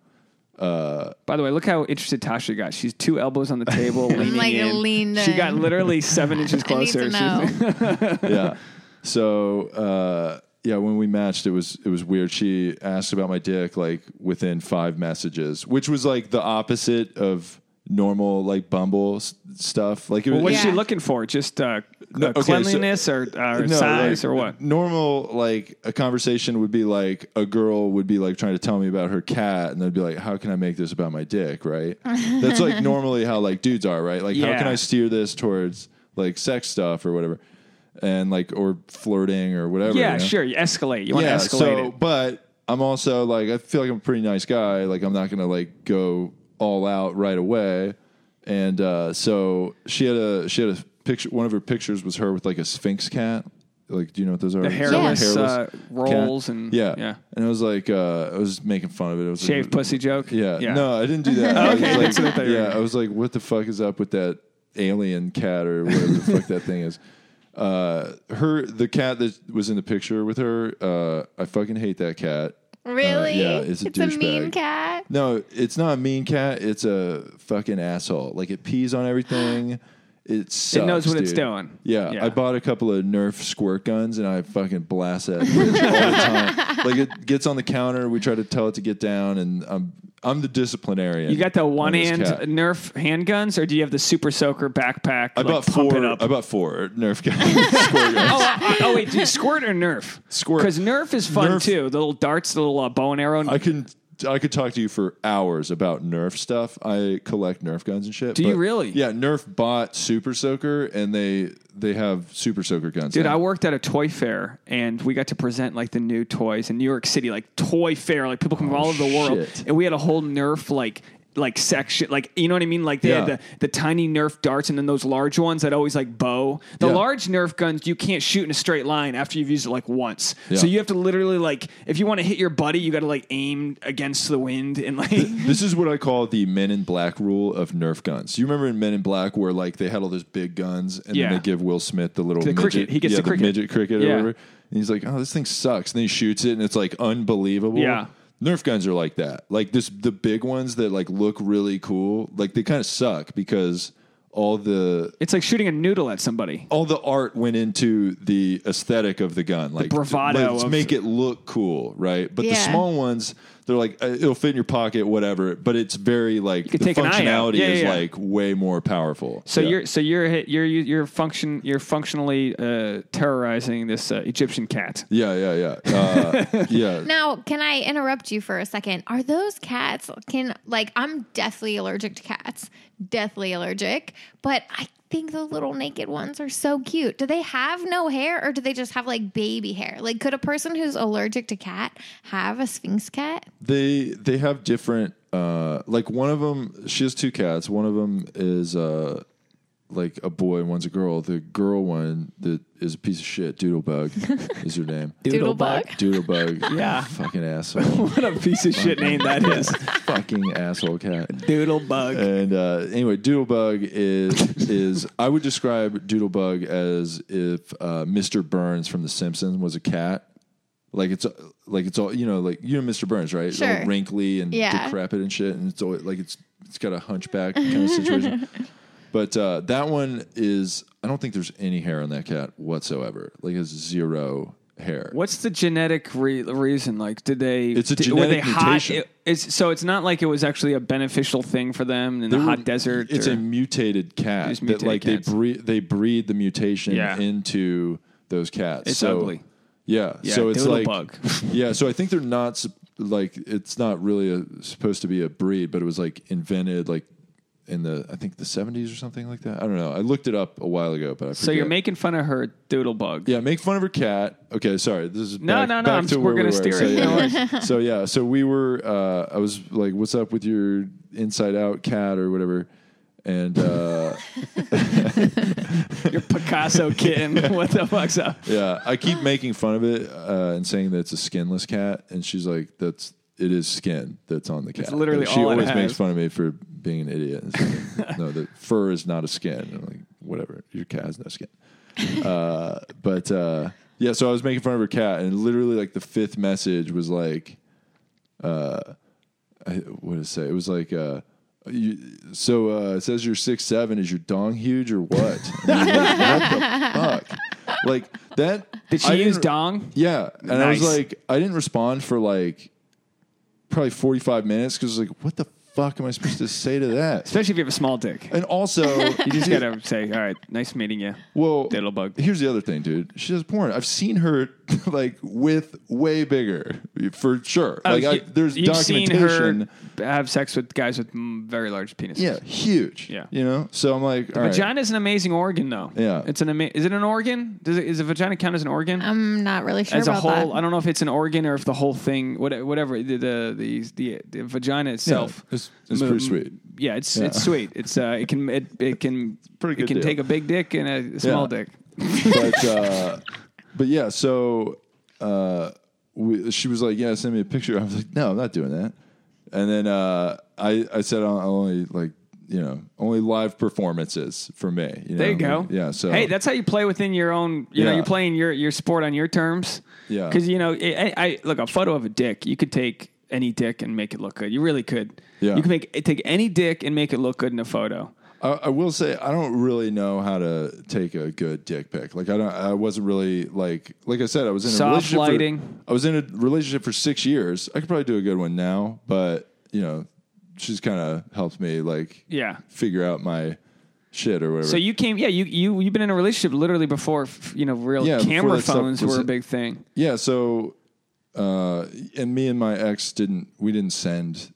By the way, look how interested Tasha got. She's two elbows on the table, leaning like, in. leaned she got in. literally seven inches I need closer. to She's- know. yeah. So uh, yeah, when we matched, it was it was weird. She asked about my dick like within five messages, which was like the opposite of normal like Bumble s- stuff. Like it well, was. what's she Yeah. looking for? Just uh, No, uh, okay, so- cleanliness or, or no, size like, or what? Normal, like a conversation would be like a girl would be like trying to tell me about her cat, and they'd be like, "How can I make this about my dick?" Right? That's like normally how like dudes are, right? Like, Yeah. how can I steer this towards like sex stuff or whatever, and like or flirting or whatever. Yeah, you know? sure. You escalate. You want to yeah, escalate so, it. But I'm also like, I feel like I'm a pretty nice guy. Like, I'm not gonna like go all out right away. And uh, so she had a she had a picture. One of her pictures was her with like a sphinx cat. Like, do you know what those are? The hairless, Yes. uh, rolls and- yeah, yeah. And it was like, uh, I was making fun of it. It was like- Shaved pussy joke. yeah. No, I didn't do that. Okay, I was that's what I like, thought you were yeah, I was like, what the fuck is up with that alien cat or whatever the fuck that thing is? Uh, her, the cat that was in the picture with her, uh, I fucking hate that cat. Really? yeah, it's a douchebag. mean cat. No, it's not a mean cat. It's a fucking asshole. Like it pees on everything. It sucks, knows what dude. it's doing. Yeah, Yeah. I bought a couple of Nerf squirt guns and I fucking blast that bitch all the time. Like it gets on the counter. We try to tell it to get down, and I'm I'm the disciplinarian. You got the on one this hand cat. Nerf handguns, or do you have the Super Soaker backpack? I bought four. I bought four Nerf guns. squirt guns. oh, I- oh, wait, do you squirt or Nerf? Squirt. Because Nerf is fun Nerf- too. The little darts, the little uh, bow and arrow. I can I could talk to you for hours about Nerf stuff. I collect Nerf guns and shit. Do you really? Yeah, Nerf bought Super Soaker, and they they have Super Soaker guns. Dude, now. I worked at a toy fair and we got to present like the new toys in New York City, like toy fair, like people come from all over the world. Oh, shit. And we had a whole Nerf like like section, like you know what I mean? Like they had Yeah. the, the tiny Nerf darts and then those large ones that always like bow. The Yeah. large Nerf guns you can't shoot in a straight line after you've used it like once. Yeah. So you have to literally like if you want to hit your buddy, you got to like aim against the wind and like this is what I call the Men in Black rule of Nerf guns. You remember in Men in Black where like they had all those big guns, and Yeah. then they give Will Smith the little The midget, cricket. He gets yeah, the cricket. midget cricket Yeah. or whatever, and he's like, "Oh, this thing sucks," and then he shoots it, and it's like unbelievable. Yeah. Nerf guns are like that. Like this, the big ones that like look really cool. Like they kind of suck because all the it's like shooting a noodle at somebody. all the art went into the aesthetic of the gun, like bravado Let's of- make it look cool, right? But the Yeah. small ones, they're like uh, it'll fit in your pocket, whatever. But it's very like the could take an eye out. functionality Yeah, is yeah, yeah. like way more powerful. So Yeah. you're so you're hit- you're you're function you're functionally uh, terrorizing this uh, Egyptian cat. yeah, yeah, yeah, uh, yeah. Now, can I interrupt you for a second? Are those cats can like I'm deathly allergic to cats, deathly allergic, but I think the little naked ones are so cute. Do they have no hair or do they just have like baby hair? Like could a person who's allergic to cat have a sphinx cat? They they have different. Uh, like one of them, she has two cats. One of them is uh, like a boy, and one's a girl. The girl one that is a piece of shit. Doodlebug is her name. Doodlebug. Doodlebug. Yeah. Fucking asshole. What a piece of shit name that is. fucking asshole cat. Doodlebug. And uh, anyway, Doodlebug is is I would describe Doodlebug as if uh, Mr. Burns from The Simpsons was a cat. Like it's like it's all you know, like you know Mr. Burns, right? Sure. All wrinkly and Yeah. decrepit and shit, and it's always like it's it's got a hunchback kind of situation. But uh, that one is I don't think there's any hair on that cat whatsoever. Like it has zero hair. What's the genetic re- reason? Like, did they? It's a did- genetic mutation. Hot? It- it's, so it's not like it was actually a beneficial thing for them in the They were- hot desert. It's or- a mutated cat Just that mutated like cats. they breed they breed the mutation Yeah. into those cats. It's so, ugly. Yeah. Yeah, so it's like Doodlebug. yeah. So I think they're not sup- like it's not really a, supposed to be a breed, but it was like invented like in the I think the seventies or something like that. I don't know. I looked it up a while ago, but I so you're forget. making fun of her doodlebug. Yeah, make fun of her cat. Okay, sorry. This is No, back, no, no, back I'm- to we're where gonna we were. steer so, it. Yeah. so yeah, so we were. Uh, I was like, "What's up with your inside out cat or whatever?" And uh, Your Picasso kitten. what the fuck's up? yeah, I keep making fun of it uh, and saying that it's a skinless cat, and she's like, "That's it is skin that's on the cat." Like, literally she all it always has. makes fun of me for being an idiot. And she's like, no, the fur is not a skin. And I'm like, whatever, your cat has no skin. Uh, but uh, yeah, so I was making fun of her cat, and literally like the fifth message was like, uh, I, what is to say. It was like, uh, you, so uh, it says you're six seven. Is your dong huge or what? I mean, what, what the fuck? Like that? Did she I use didn't- dong? Yeah, and I was Nice. like, I didn't respond for like probably forty five minutes because like, what the fuck am I supposed to say to that? Especially if you have a small dick. And also, You just gotta say, all right, nice meeting you. Well, Diddlebug. Here's the other thing, dude. She does porn. I've seen her like with way bigger for sure. Oh, Like I, you- there's you've seen her documentation. have sex with guys with mm, very large penises. yeah, huge. Yeah. you know. So I'm like, all right. Vagina is an amazing organ, though. Yeah. it's an ama- is it an organ? Does it, is a vagina count as an organ? I'm not really sure as a about whole, I that. don't know if it's an organ or if the whole thing, what- whatever the the the, the, the vagina itself. it's- it's pretty sweet. Yeah, it's Yeah. it's sweet. It's uh, it can it, it can Pretty it good can deal. take a big dick and a small Yeah. dick. but uh, but yeah, so uh, we, she was like, "Yeah, send me a picture." I was like, "No, I'm not doing that." And then uh, I I said, "I'll I'll only like you know only live performances for me." You know? There you go. Um, Yeah. So hey, that's how you play within your own. You know, Yeah. you're playing your your sport on your terms. Yeah. Because you know, I, I look a photo of a dick. You could take any dick and make it look good. You really could. Yeah. You can make take any dick and make it look good in a photo. I, I will say I don't really know how to take a good dick pic. Like I don't. I wasn't really like like I said. I was in a Soft relationship for- lighting. I was in a relationship for six years. I could probably do a good one now, but you know, she's kind of helped me like Yeah. figure out my shit or whatever. So you came, yeah. You you you've been in a relationship literally before f- you know real Yeah, before camera that stuff phones was- were a big thing. yeah. So uh, and me and my ex didn't. We didn't send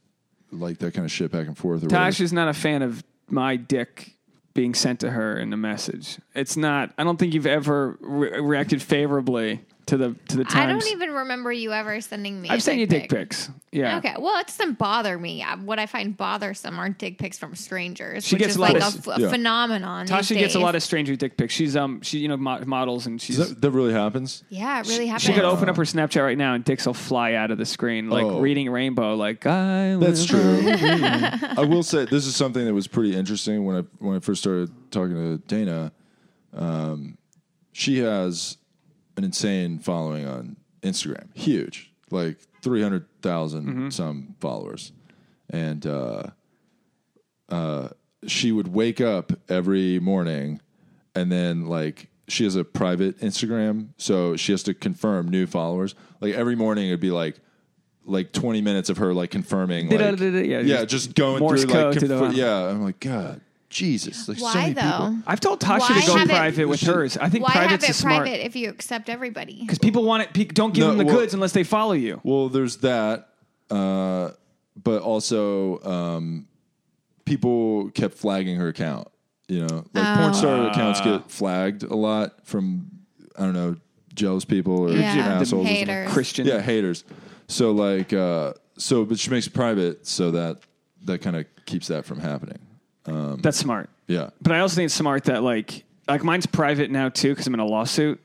like that kind of shit back and forth. Or Tosh whatever. is not a fan of my dick being sent to her in a message. It's not. I don't think you've ever re- reacted favorably to the to the times. I don't even remember you ever sending me. a I've sent you dick dick pic. pics. Yeah. Okay, well, it doesn't bother me. Uh, What I find bothersome are dick pics from strangers, She which gets is a lot like a, of- f- a yeah. phenomenon. Tasha these gets a days. lot of stranger dick pics. She's um she you know mo- models and she's Is that, that really happens. yeah, it really happens. she could open up her Snapchat right now and dicks will fly out of the screen like Oh. reading Rainbow like I That's live- true. I will say this is something that was pretty interesting when I when I first started talking to Dana. Um, she has an insane following on Instagram, huge, like three Mm-hmm. some followers, and uh, uh, she would wake up every morning and then like. She has a private Instagram, so she has to confirm new followers. Like every morning, it'd be like, like twenty minutes of her like confirming, like, Yeah, yeah, just going Morse through code like to the- confir- yeah. I'm like, God, Jesus, like so Why many people. though? I've told Tasha Why to go have it- private with hers. I think Why have private's it the smart private if you accept everybody? because people want it. Pe- don't give No, them the well- goods unless they follow you. Well, there's that, uh, but also um, people kept flagging her account. You know, like Oh. porn Ah. star accounts get flagged a lot from I don't know jealous people or Yeah, assholes. or something. haters. Christian. Yeah, haters. So like, uh, so but she makes it private, so that that kind of keeps that from happening. That's smart. Yeah. But I also think it's smart that like like mine's private now too because I'm in a lawsuit.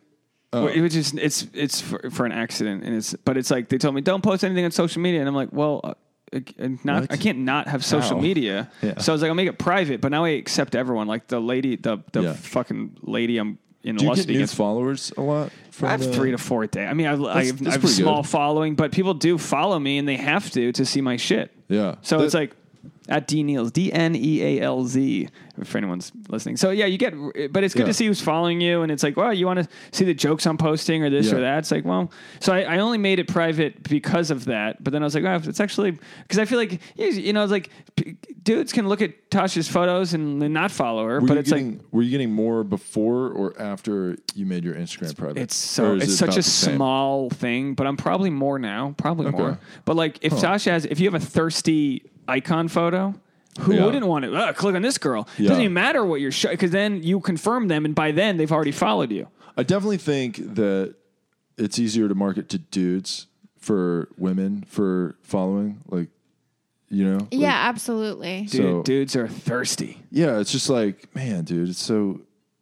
Oh. Wh- Which is it's it's for, for an accident and it's but it's like they told me don't post anything on social media and I'm like well uh, I, I'm not What? I can't not have social How? media Yeah. so I was like I'll make it private but now I accept everyone like the lady the the Yeah. fucking lady I'm in Do you lawsuit get new against followers a lot? From uh, I have the- three to four a day I mean I, I have, that's I have a pretty small good. following but people do follow me and they have to to see my shit Yeah. so That- it's like at D Neals, D N E A L Z, for anyone's listening. So yeah, you get, but it's good Yeah. to see who's following you. And it's like, well, you want to see the jokes I'm posting or this Yeah. or that. It's like, well, so I, I only made it private because of that. But then I was like, oh, it's actually, because I feel like, you- you know, it's like p- dudes can look at Tasha's photos and then not follow her. Were but you it's getting, like, were you getting more before or after you made your Instagram private? it's so Or is it's it such about a the same? small thing, but I'm probably more now, probably more. But like if Tasha has, if you have a thirsty icon photo, who Yeah. wouldn't want to uh, click on this girl? Yeah. Doesn't even matter what you're because then you confirm them, and by then they've already followed you. I definitely think that it's easier to market to dudes for women for following, like you know. Like, Yeah, absolutely. Dude, So- dudes are thirsty. yeah, it's just like man, dude, it's so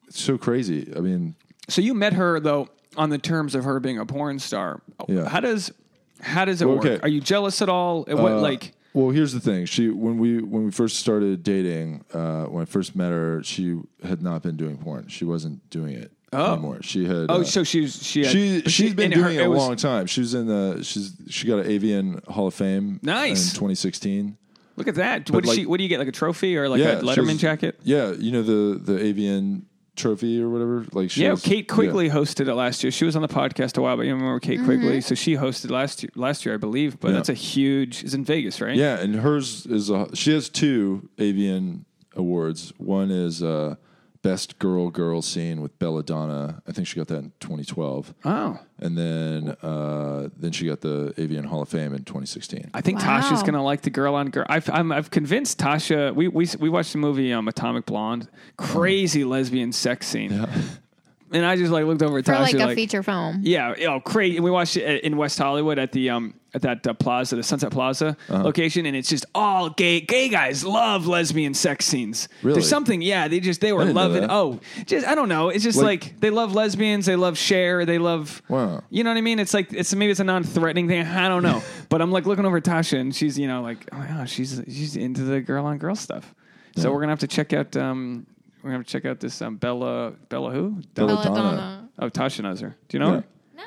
it's so crazy. I mean, So you met her though on the terms of her being a porn star. Yeah. How does how does it Okay. work? Are you jealous at all? At what Uh, like? Well, here's the thing. She when we when we first started dating, uh, when I first met her, she had not been doing porn. She wasn't doing it anymore. She had Oh, uh, so she's she had, she but she's she- been in her- doing it a was- long time. She's in the she's she got an AVN Hall of Fame Nice. in 2016. Look at that. What, did like- she, what do you get? Like a trophy or like yeah, a she Letterman was- jacket? Yeah, you know the the AVN trophy or whatever. Like she Yeah, was- Kate yeah. Quigley hosted it last year. She was on the podcast a while, but you remember Kate Mm-hmm. Quigley? So she hosted last year, last year, I believe. But Yeah. that's a huge. It's in Vegas, right? Yeah, and hers is a, she has two AVN awards. One is uh, best girl girl scene with Belladonna. I think she got that in 2012, Oh, and then uh, then she got the AVN Hall of Fame in 2016. I think Wow. Tasha's gonna like the girl on girl. I've, I'm I've convinced Tasha. We we we watched the movie um, Atomic Blonde. Mm-hmm. Crazy lesbian sex scene. And I just like looked over at for Tasha like a feature film. Yeah, you know, crazy. We watched it at- in West Hollywood at the um at that uh, plaza, the Sunset Plaza Uh-huh. location, and it's just all gay. Gay guys love lesbian sex scenes. Really? There's something. Yeah, they just they were didn't know loving. that. Oh, just I don't know. It's just Like- like, they love lesbians. They love share. They love. Wow. You know what I mean? It's like it's maybe it's a non-threatening thing. I don't know. but I'm like looking over at Tasha, and she's you know like oh my gosh, she's she's into the girl on girl stuff. So we're gonna have to check out um we're gonna have to check out this um Bella Bella who Belladonna. oh Tasha knows her. Do you know Yeah. her?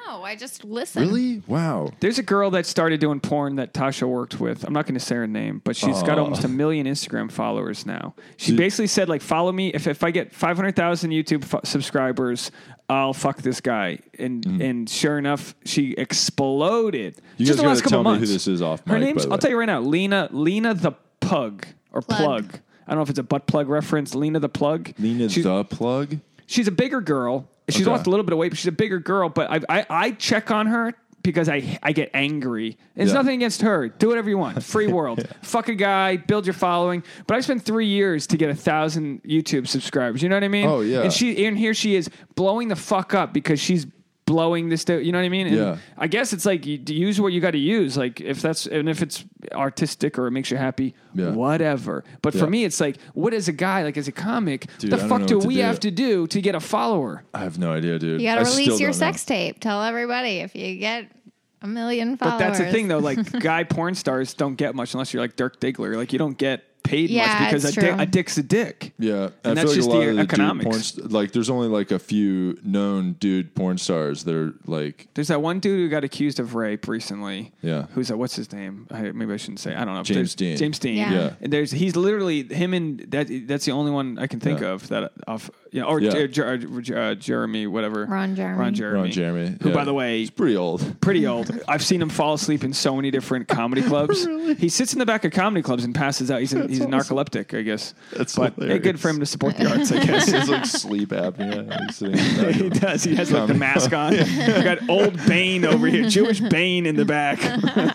No, I just listened. Really? Wow. There's a girl that started doing porn that Tasha worked with. I'm not going to say her name, but she's got Oh. almost a million Instagram followers now. She basically said, like, follow me. If, if I get 500,000 YouTube f- subscribers, I'll fuck this guy. And and sure enough, she exploded. Mm. You just guys the last gotta couple tell me who months. this is off Her mic, name's, by the I'll way. tell you right now, Lena Lena the Pug or Plug. Plug. I don't know if it's a butt plug reference. Lena the Plug. Nina She's- the plug. she's a bigger girl. She's Okay. lost a little bit of weight, but she's a bigger girl. But I, I, I check on her because I, I get angry. It's Yeah. nothing against her. Do whatever you want. Free world. Fuck a guy. Build your following. But I spent three years to get a thousand YouTube subscribers. You know what I mean? Oh, yeah. And she and here she is blowing the fuck up because she's blowing this. dude- You know what I mean? And Yeah. I guess it's like you you use what you got to use. Like if that's and if it's artistic or it makes you happy, Yeah. whatever. But Yeah. for me, it's like what is a guy like as a comic? Dude, I the don't fuck know do what to we do. have to do to get a follower? I have no idea, dude. You got I to still release your don't know. sex tape. Tell everybody if you get a million But followers. that's the thing, though. Like, guy porn stars don't get much unless you're like Dirk Diggler. Like, you don't get paid Yeah, much because it's a, di- true. a dick's a dick. Yeah, And I that's feel just like a lot the of the dude economics. porn st- like, there's only like a few known dude porn stars that are like There's that one dude who got accused of rape recently. Yeah. Who's that? What's his name? I, maybe I shouldn't say. I don't know. There's- James Dean. James Dean. Yeah. Yeah. And there's he's literally him and that. That's the only one I can think Yeah. of that off. Yeah. Or Yeah. Jer- Jer- Jer- uh, Jeremy, whatever. Ron Jeremy. Ron Jeremy. Ron Jeremy, Who, yeah. by the way, he's pretty old. pretty old. I've seen him fall asleep in so many different comedy clubs. He sits in the back of comedy clubs and passes out. He's a, he's a narcoleptic, I guess. That's but hey, good for him to support the arts, I guess. he has like sleep apnea. Like, sitting in the back he of- does. He has like the Comedy mask on. We got old Bane over here, Jewish Bane in the back.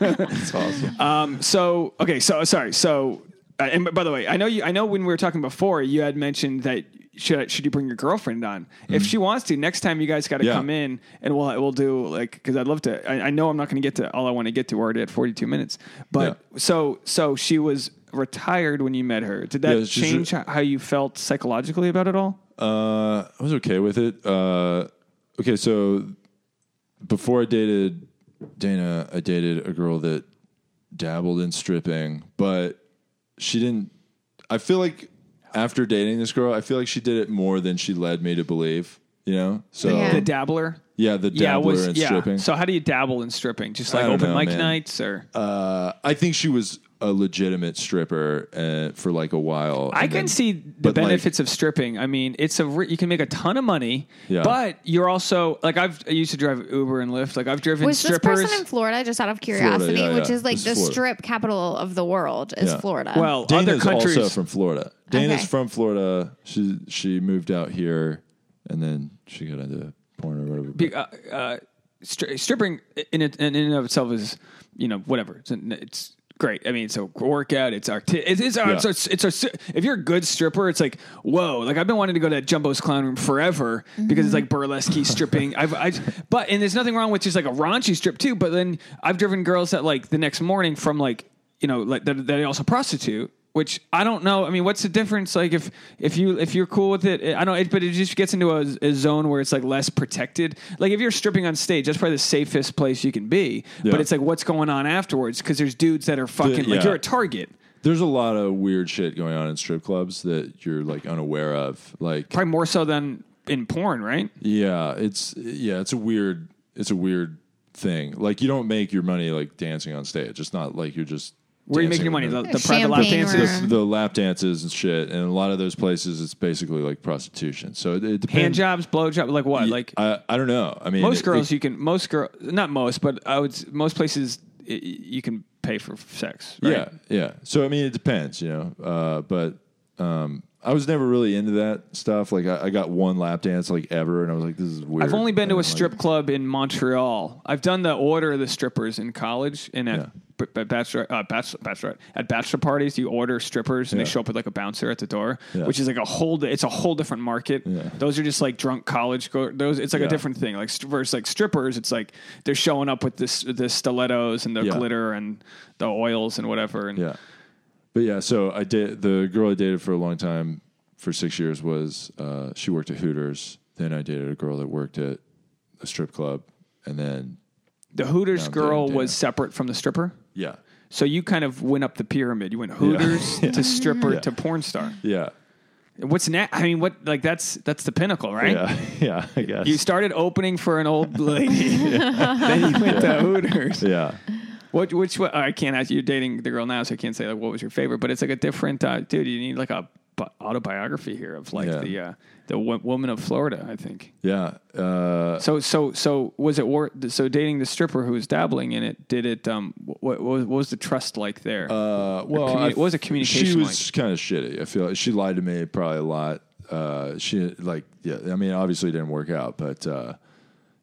That's awesome. Um, so okay, so sorry. So uh, and b- by the way, I know you. I know when we were talking before, you had mentioned that should I- should you bring your girlfriend on if she wants to next time? You guys got to Mm-hmm. Yeah. come in and we'll we'll do like because I'd love to. I, I know I'm not going to get to all I want to get to. We're already at 42 minutes, but so so she was retired when you met her. Did that Yeah, she's re- change h- how you felt psychologically about it all? Uh, I was okay with it. Uh, okay, so before I dated Dana, I dated a girl that dabbled in stripping, but she didn't. I feel like after dating this girl, I feel like she did it more than she led me to believe. You know, so Yeah. The dabbler. yeah, the dabbler yeah, it was in yeah. stripping. So how do you dabble in stripping? Just like don't open know, mic man. nights or uh, I think she was a legitimate stripper uh, for like a while. I and can then- see the but, like- benefits of stripping. I mean, it's a re- you can make a ton of money, Yeah. but you're also like I've I used to drive Uber and Lyft. Like I've driven Was this strippers. person in Florida just out of curiosity, yeah, which yeah. is like This the is Florida. strip capital of the world is Yeah. Florida? well, other Dana's countries. also from Florida. Dana's Okay. from Florida. She she moved out here, and then she got into porn or whatever. be- uh, uh, stri- stripping in it in and of itself is you know whatever it's, an- it's great i mean it's a workout it's art it's it's, it's, it's, it's a si- if you're a good stripper it's like whoa like i've been wanting to go to jumbo's clown room forever because Mm-hmm. it's like burlesque stripping i've i but and there's nothing wrong with just like a raunchy strip too but then i've driven girls that like the next morning from like you know like that, that they also prostitute which I don't know. I mean, what's the difference? Like, if if you if you're cool with it, I don't. It, but it just gets into a, a zone where it's like less protected. Like, if you're stripping on stage, that's probably the safest place you can be. Yeah. But it's like, what's going on afterwards? Because there's dudes that are fucking like yeah. you're a target. There's a lot of weird shit going on in strip clubs that you're like unaware of. Like, Probably more so than in porn, right? yeah, it's yeah, it's a weird, it's a weird thing. Like, you don't make your money like dancing on stage. It's not like you're just Where are you Dancing making your money? The, with the- the private lap Champagne dances, the, the lap dances and shit, and a lot of those places it's basically like prostitution. So it, it hand depends. jobs, blow job, like what? Y- like I, I don't know. I mean, most uh, it- girls, it- you can most girl, not most, but I would s- most places i- i- you can pay for sex. Right? yeah, yeah. So I mean, it depends, you know. Uh, but um, I was never really into that stuff. Like I, I got one lap dance like ever, and I was like, this is weird. I've only been to I a don't like strip club in Montreal. I've done the order of the strippers in college and at Yeah. b- b- bachelor, uh, bachelor, bachelorette at bachelor parties. You order strippers and Yeah. they show up with like a bouncer at the door, Yeah. which is like a whole. It's a whole different market. Yeah. Those are just like drunk college. Go- those it's like a Yeah. different thing. Like st- versus like strippers, it's like they're showing up with this the stilettos and the Yeah. glitter and the oils and whatever. And Yeah. But yeah, so I did the girl I dated for a long time for six years was uh, she worked at Hooters. Then I dated a girl that worked at a strip club, and then the Hooters Down girl there, was yeah. separate from the stripper. yeah, So you kind of went up the pyramid. You went Hooters to stripper to porn star. yeah, What's next? I mean, what like that's that's the pinnacle, right? yeah, yeah. I guess You started opening for an old lady, then you went to Hooters. yeah. What? Which? What, I can't ask. You're dating the girl now, so I can't say like what was your favorite. But it's like a different uh, dude. You need like a bi- autobiography here of like Yeah. the uh, the w- woman of Florida, I think. Yeah. Uh, So so so was it war? So dating the stripper who was dabbling in it, did it? Um, what, what, was, what was the trust like there? uh, well, communi- I- what was the communication She was kind of shitty. I feel like she lied to me probably a lot. Uh, she like yeah. I mean, obviously it didn't work out, but uh,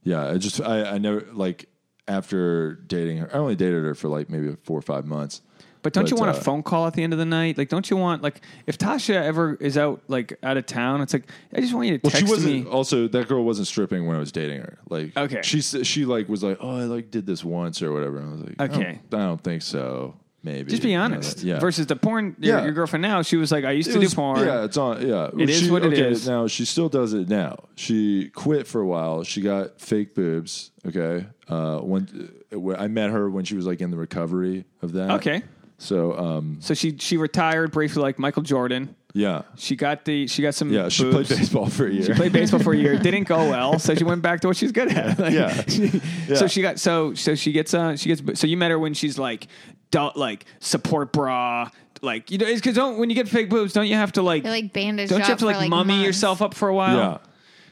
yeah. I just I, I never like after dating her. I only dated her for like maybe four or five months. But don't you But, want uh, a phone call at the end of the night? Like, don't you want like if Tasha ever is out like out of town? It's like I just want you to Well, text she wasn't. me. Oh, Also, that girl wasn't stripping when I was dating her. Like, Okay. she s- she like was like, oh, I like did this once or whatever. And I was like, I don't- Okay. I don't, think so. Maybe Just be You know, honest. that- yeah. Versus the porn your, Yeah. your girlfriend now. She was like, I used It to was- do porn. Yeah, it's on. Yeah, It is what it is. Now she still does it. Now she quit for a while. She got fake boobs. Okay, uh, when uh, when- I met her when she was like in the recovery of that. Okay. so um, So she she retired briefly, like Michael Jordan. yeah, She got the she got some. yeah, she boobs. played baseball for a year. Played baseball for a year. It Didn't go well, so she went back to what she's good at. Like, Yeah. she- So Yeah. she got so so she gets uh she gets so you met her when she's like don't like support bra like you know it's because don't when you get fake boobs don't you have to like They're like bandaged Don't you up have to for, like, mummy months. yourself up for a while?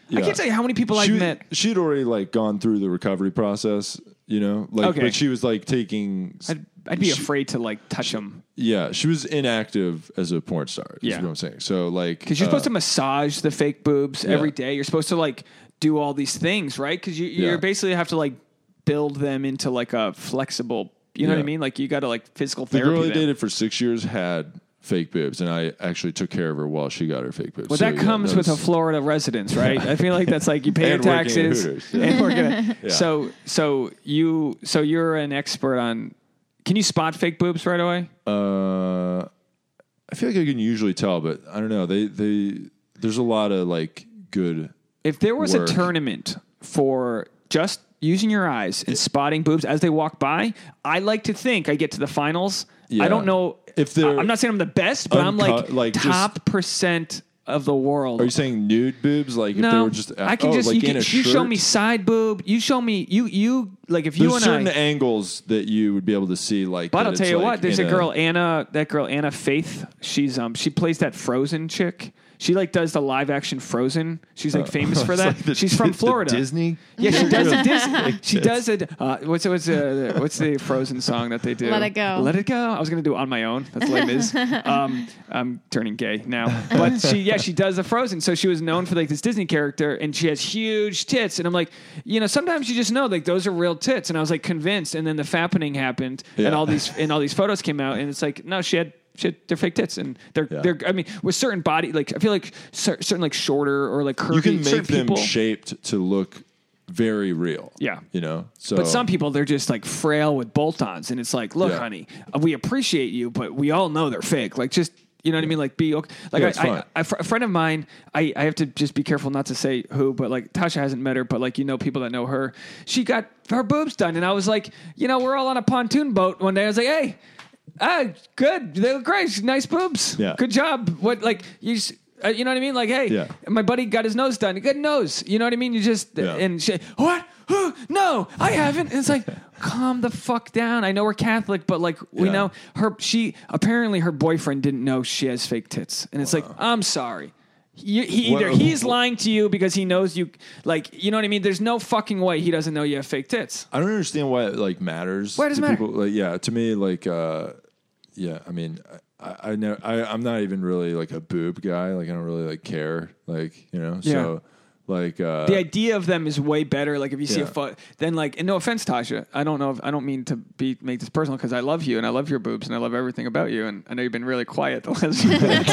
yeah, I Yeah. can't tell you how many people she, I've met. She'd already like gone through the recovery process, you know. Like, Okay. but she was like taking. I'd, I'd be she- afraid to like touch them Yeah, she was inactive as a porn star. Is Yeah. what I'm saying. So like, uh, because you're supposed to massage the fake boobs every day. You're supposed to like do all these things, right? Because you you Yeah. are basically have to like build them into like a flexible. You know what I Yeah. mean? Like you got to like physical The therapy. girl I them. dated for six years had fake boobs, and I actually took care of her while she got her fake boobs. Well, So, that yeah, comes with a was- Florida residence, right? I feel like that's like you pay your And working at taxes. Hooters, yeah. and we're gonna- So, so you, so you're an expert on. Can you spot fake boobs right away? Uh, I feel like I can usually tell, but I don't know. They they there's a lot of like good. If there was work. a tournament for just using your eyes and spotting boobs as they walk by, I like to think I get to the finals. I Yeah. don't know If they're I- I'm not saying I'm the best, but I'm unco- like, like just- top percent of the world. Are you saying nude boobs? Like if they no, were just I can oh, just like you, can, in a you show shirt? me side boob. You show me you you like if you There's and certain I. angles that you would be able to see. Like, but that I'll tell it's, you like, what, there's a in girl Anna, that girl Anna Faith. She's um she plays that Frozen chick. She like does the live action Frozen. She's like famous for Oh. It's that. like the She's from Di- the Florida. Disney? Yeah, she does a Disney. She does a uh, what's what's uh, what's the Frozen song that they do? Let It Go. Let it go. I was gonna do on my own. That's lame is. Um, I'm turning gay now. But she yeah she does the Frozen. So she was known for like this Disney character, and she has huge tits. And I'm like, you know, sometimes you just know like those are real tits. And I was like convinced. And then the fappening happened, and Yeah. all these and all these photos came out, and it's like no, she had. she had they're fake tits, and they're Yeah. they're. I mean, with certain body, like I feel like cer- certain like shorter or like curvy. you can certain make them people, shaped to look very real. Yeah. you know. So, but some people they're just like frail with bolt-ons, and it's like, look, Yeah. honey, we appreciate you, but we all know they're fake. Like, just you know what I mean? Like, be okay. Like, Yeah, I- it's I, fine. a fr- a friend of mine, I, I have to just be careful not to say who, but like Tasha hasn't met her, but like you know people that know her. She got her boobs done, and I was like, you know, we're all on a pontoon boat one day. I was like, hey, ah, good, they look great, nice boobs, Yeah. good job. What like you? s uh, you know what I mean? Like, hey, Yeah. my buddy got his nose done. Good nose. You know what I mean? You just Yeah. and she, what? Who? No, I haven't. And it's like, calm the fuck down. I know we're Catholic, but like we Yeah. know her. She apparently her boyfriend didn't know she has fake tits, and it's like I'm sorry. You, he What- either he's lying to you because he knows you, like you know what I mean. There's no fucking way he doesn't know you have fake tits. I don't understand why it like matters. Why does it to matter? People. Like, yeah, to me, like, uh, yeah, I mean, I, I, I know I, I'm not even really like a boob guy. Like, I don't really like care. Like, you know, so like, uh, The idea of them is way better. Like if you see a Yeah. foot, then like, and no offense, Tasha, I don't know. If, I don't mean to be make this personal because I love you and I love your boobs and I love everything about you. And I know you've been really quiet the last. few minutes.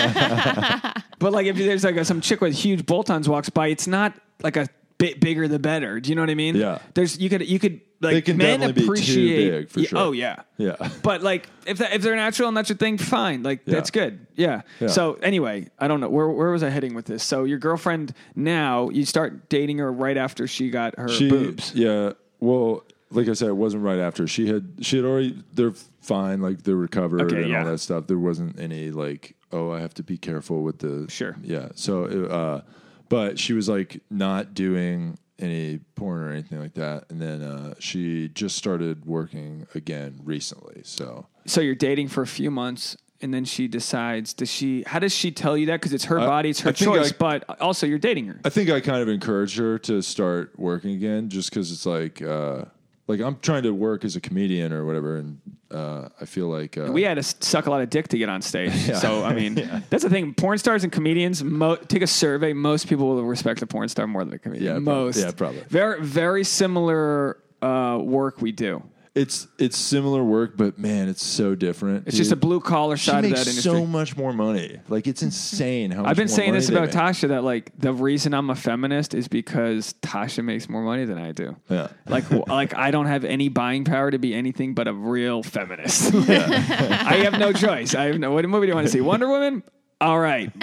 but like, if there's like a, some chick with huge bolt-ons walks by, it's not like a bit bigger the better. Do you know what I mean? Yeah. There's you could you could like They can men definitely be too appreciate. big, for Yeah, sure. Oh yeah. yeah, But like, if that, if they're natural and that's your thing, fine. Like Yeah. that's good. Yeah. Yeah. So anyway, I don't know where where was I heading with this. So your girlfriend now, you start dating her right after she got her she, boobs. yeah. Well, like I said, it wasn't right after she had. She had already. They're fine. Like they're recovered Okay, and yeah. all that stuff. There wasn't any like, oh, I have to be careful with the. Sure. Yeah. So, uh, but she was like not doing any porn or anything like that, and then uh, she just started working again recently. So So you're dating for a few months. And then she decides. Does she? How does she tell you that? Because it's her body, it's her I think choice. I- but also, you're dating her. I think I kind of encouraged her to start working again, just because it's like, uh, like I'm trying to work as a comedian or whatever, and uh, I feel like uh, we had to suck a lot of dick to get on stage. So I mean, that's the thing. Porn stars and comedians mo- take a survey. Most people will respect a porn star more than a comedian. Yeah, prob- most. yeah, probably. Very very similar uh, work we do. it's it's similar work, but man, it's so different. It's just a blue collar She side of makes that industry. so much more money. Like it's insane how much I've been more saying this money about they make. Tasha that like the reason I'm a feminist is because Tasha makes more money than I do. Yeah. Like w- like I don't have any buying power to be anything but a real feminist. I have no choice. I have no. What movie do you want to see? Wonder Woman. All right,